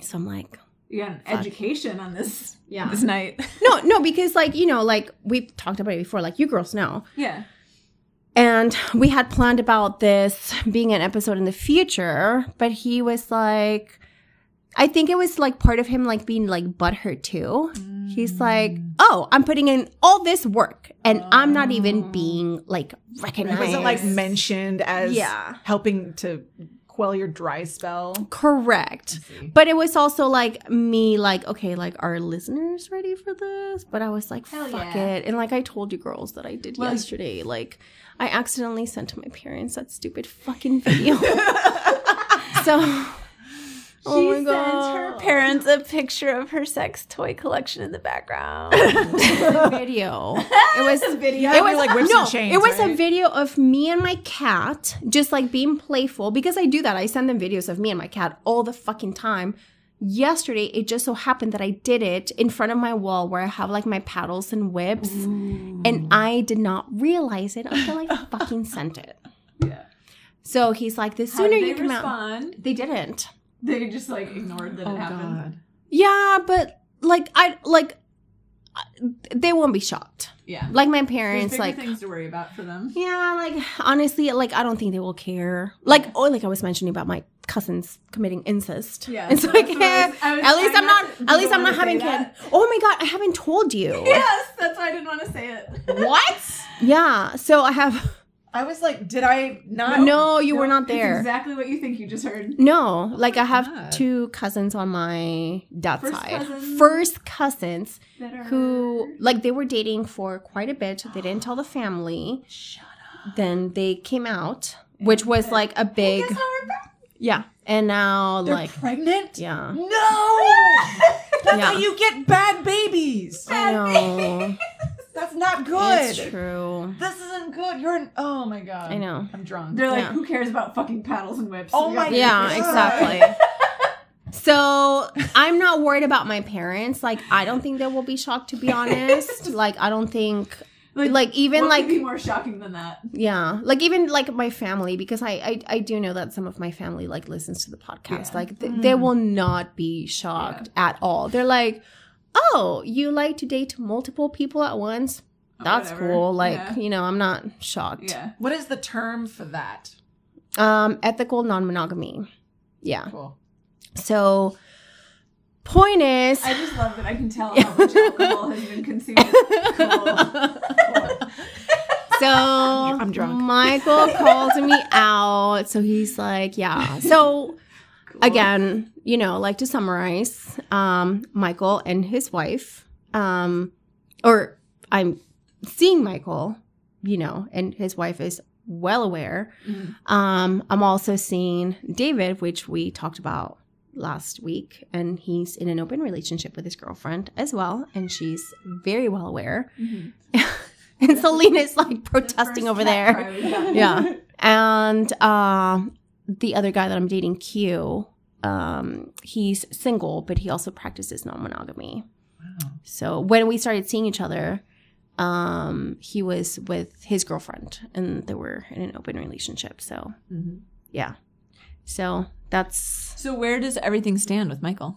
Speaker 2: so i'm like
Speaker 3: you got an education on this
Speaker 5: Yeah.
Speaker 3: this night.
Speaker 2: no no because like you know like we've talked about it before like you girls know
Speaker 3: yeah.
Speaker 2: And we had planned about this being an episode in the future, but he was like, I think it was like part of him like being like butthurt too. He's like, oh, I'm putting in all this work and I'm not even being like
Speaker 4: Mm. It
Speaker 2: recognized.
Speaker 4: wasn't like mentioned as
Speaker 2: Yeah.
Speaker 4: helping to quell your dry spell.
Speaker 2: Correct. But it was also like me, like, okay, like, are listeners ready for this? But I was like,
Speaker 5: Hell
Speaker 2: fuck
Speaker 5: yeah.
Speaker 2: it. And like I told you girls that I did yesterday, like, I accidentally sent to my parents that stupid fucking video. so. oh my God.
Speaker 3: parents a picture of her sex toy collection in the background.
Speaker 2: video. It was
Speaker 4: video.
Speaker 2: It was
Speaker 4: like whips
Speaker 2: no,
Speaker 4: and chains.
Speaker 2: it was
Speaker 4: right?
Speaker 2: a video of me and my cat just like being playful because I do that. I send them videos of me and my cat all the fucking time. Yesterday, it just so happened that I did it in front of my wall where I have like my paddles and whips, and I did not realize it until I fucking sent it.
Speaker 3: Yeah.
Speaker 2: So he's like, "The
Speaker 3: How
Speaker 2: sooner
Speaker 3: did they
Speaker 2: you come out,
Speaker 3: respond?
Speaker 2: they didn't."
Speaker 3: They just like ignored that
Speaker 4: Oh,
Speaker 3: it happened.
Speaker 4: God.
Speaker 2: Yeah, but like I like, I- they won't be shocked.
Speaker 3: Yeah.
Speaker 2: Like my
Speaker 3: There's
Speaker 2: parents,
Speaker 3: bigger
Speaker 2: like
Speaker 3: things to worry about for them.
Speaker 2: Yeah, like honestly, like I don't think they will care. Like oh, like I was mentioning about my cousins committing incest.
Speaker 3: Yeah,
Speaker 2: it's
Speaker 3: so
Speaker 2: like
Speaker 3: that's what I was- I was
Speaker 2: at least
Speaker 3: trying
Speaker 2: I'm
Speaker 3: not
Speaker 2: not.
Speaker 3: to-
Speaker 2: At
Speaker 3: you
Speaker 2: least
Speaker 3: don't
Speaker 2: I'm not
Speaker 3: wanna
Speaker 2: having
Speaker 3: say
Speaker 2: kids.
Speaker 3: that.
Speaker 2: Oh my god, I haven't told you.
Speaker 3: Yes, that's why I didn't want to say it.
Speaker 2: What? Yeah. So I have.
Speaker 4: I was like, did I not?
Speaker 2: No, you were not
Speaker 3: It's
Speaker 2: there.
Speaker 3: exactly what you think you just heard.
Speaker 2: No, like I have
Speaker 4: God.
Speaker 2: two cousins on my dad's
Speaker 3: First
Speaker 2: side.
Speaker 3: cousins?
Speaker 2: First cousins
Speaker 3: That are
Speaker 2: who like they were dating for quite a bit. They didn't tell the family.
Speaker 3: Shut
Speaker 2: Then they came out, which was like a big
Speaker 3: Guess how we're back?
Speaker 2: yeah. And now
Speaker 4: They're
Speaker 2: like
Speaker 4: pregnant?
Speaker 2: yeah.
Speaker 4: No! That's
Speaker 2: Yeah.
Speaker 4: how you get bad babies.
Speaker 2: I know.
Speaker 4: That's not
Speaker 2: it's
Speaker 4: good.
Speaker 2: true.
Speaker 4: This isn't good. You're an. Oh my God.
Speaker 2: I know.
Speaker 4: I'm drunk.
Speaker 3: They're like,
Speaker 2: Yeah.
Speaker 3: who cares about fucking paddles and whips?
Speaker 4: Oh
Speaker 3: We
Speaker 4: my
Speaker 3: got-
Speaker 2: Yeah,
Speaker 4: Yeah.
Speaker 2: exactly. So I'm not worried about my parents. Like I don't think they will be shocked to be honest. Like I don't think
Speaker 3: Like,
Speaker 2: like even
Speaker 3: what
Speaker 2: like
Speaker 3: could be more shocking than that?
Speaker 2: yeah like even like my family because I, I i do know that some of my family like listens to the podcast like
Speaker 3: Mm.
Speaker 2: th- they will not be shocked at all they're like oh you like to date multiple people at once that's
Speaker 3: Oh, whatever.
Speaker 2: cool like
Speaker 3: Yeah.
Speaker 2: you know i'm not shocked
Speaker 3: Yeah.
Speaker 4: What is the term for that?
Speaker 2: um ethical non-monogamy yeah
Speaker 4: Cool.
Speaker 2: so point is
Speaker 3: I just love that I can tell how much alcohol has been consumed. Cool.
Speaker 2: so
Speaker 4: I'm drunk.
Speaker 2: michael called me out so he's like yeah so again you know like to summarize um michael and his wife um or i'm seeing michael you know and his wife is well aware
Speaker 3: Mhm.
Speaker 2: um i'm also seeing david which we talked about last week and he's in an open relationship with his girlfriend as well and she's very well aware
Speaker 3: Mhm.
Speaker 2: and selena's like
Speaker 3: The
Speaker 2: protesting
Speaker 3: first
Speaker 2: over
Speaker 3: cat
Speaker 2: there
Speaker 3: cry we've gotten.
Speaker 2: yeah. And um, the other guy that I'm dating, Q, um, he's single, but he also practices non monogamy. So when we started seeing each other, um, he was with his girlfriend and they were in an open relationship. So,
Speaker 4: Mhm.
Speaker 2: yeah. So that's
Speaker 3: So where does everything stand with Michael?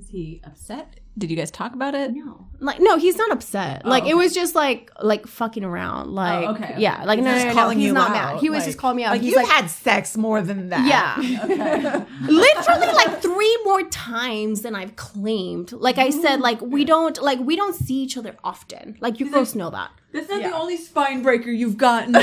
Speaker 6: Is he upset?
Speaker 3: Did you guys talk about it?
Speaker 6: No.
Speaker 2: Like no, he's not upset.
Speaker 3: Oh,
Speaker 2: like
Speaker 3: okay.
Speaker 2: it was just like like fucking
Speaker 4: Oh,
Speaker 2: around. Like
Speaker 3: okay, okay.
Speaker 2: yeah, like no,
Speaker 4: just
Speaker 2: no, no, no,
Speaker 4: calling
Speaker 2: he's
Speaker 4: you
Speaker 2: not
Speaker 4: out,
Speaker 2: mad. He was
Speaker 4: like-
Speaker 2: just calling me out.
Speaker 4: Like
Speaker 2: he's
Speaker 4: you've
Speaker 2: like
Speaker 4: had sex more than that.
Speaker 2: yeah, literally like three more times than I've claimed. Like I said, like we don't like we don't see each other often. Like you girls know that.
Speaker 3: That's not
Speaker 6: Yeah.
Speaker 3: the only spine breaker you've gotten.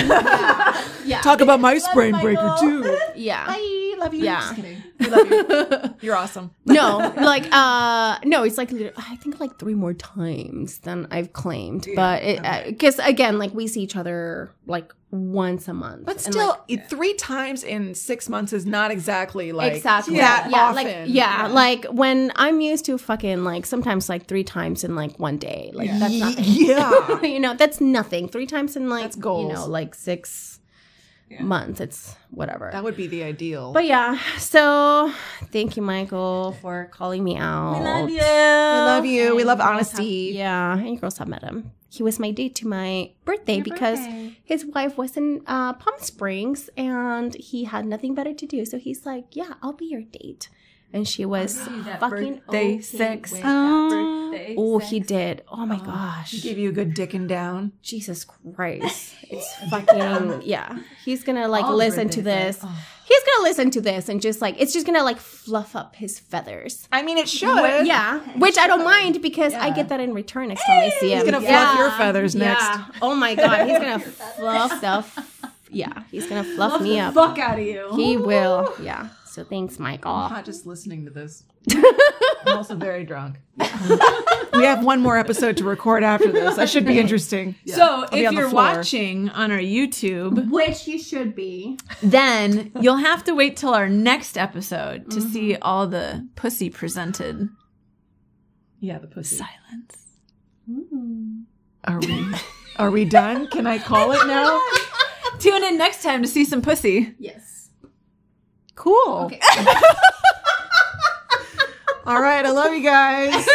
Speaker 6: Yeah.
Speaker 4: Talk about my spring breaker
Speaker 6: Michael.
Speaker 4: too.
Speaker 2: Yeah,
Speaker 4: I love you.
Speaker 2: yeah.
Speaker 4: You're awesome.
Speaker 2: No, like uh no, it's like lit- I think like three more times than I've claimed. But it because again, like we see each other like once a month.
Speaker 4: But
Speaker 2: And,
Speaker 4: still,
Speaker 2: like,
Speaker 4: it- three times in six months is not exactly like
Speaker 2: exactly
Speaker 4: that
Speaker 2: yeah,
Speaker 4: often.
Speaker 2: like yeah, like when I'm used to fucking like sometimes like three times in like one day, like that's nothing.
Speaker 4: yeah.
Speaker 2: you know, that's nothing. Three times in like
Speaker 4: That's goals.
Speaker 2: you know like six months. It's whatever.
Speaker 4: that would be the ideal.
Speaker 2: but yeah, so thank you, Michael, for calling me out.
Speaker 4: we love you. We love honesty.
Speaker 2: Yeah, and you girls have met him. He was my date to my birthday because his wife was in uh, Palm Springs and he had nothing better to do. So he's like, "Yeah, I'll be your date," and she was fucking
Speaker 3: birthday sex.
Speaker 2: Um,
Speaker 3: birthday
Speaker 2: oh, he did. Oh my gosh,
Speaker 4: Give you a good dicking down.
Speaker 2: Jesus Christ! It's fucking yeah. He's gonna like
Speaker 6: All
Speaker 2: listen to
Speaker 6: birthday
Speaker 2: this. He's gonna listen to this and just like it's just gonna like fluff up his feathers.
Speaker 4: I mean, it should.
Speaker 2: Wh- yeah, which I don't mind because I get that in return next time I see him.
Speaker 4: He's gonna
Speaker 2: Yeah.
Speaker 4: fluff your feathers next.
Speaker 2: Yeah. Oh my god, he's gonna fluff the. F- yeah, he's gonna fluff me up.
Speaker 6: Fuck out of you.
Speaker 2: He will. Yeah. So thanks, Michael.
Speaker 7: Not just listening to this.
Speaker 4: I'm also very drunk. we have one more episode to record after this. That should be interesting.
Speaker 3: So
Speaker 4: be
Speaker 3: if
Speaker 4: on the
Speaker 3: you're
Speaker 4: floor.
Speaker 3: watching on our YouTube,
Speaker 6: Which you should be.
Speaker 3: then you'll have to wait till our next episode to see all the pussy presented.
Speaker 7: Yeah, the pussy.
Speaker 3: Silence.
Speaker 4: Are we? Are we done? Can I call it now?
Speaker 3: Tune in next time to see some pussy.
Speaker 6: Yes.
Speaker 4: Cool. All right. I love you guys.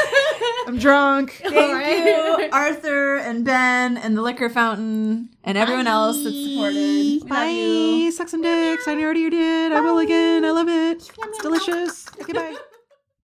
Speaker 4: I'm drunk.
Speaker 3: Thank you, Arthur and Ben and the liquor fountain and everyone else that's supported.
Speaker 4: Bye. Suck some dicks. I already did. I will again. I love it. It's delicious. Okay, bye.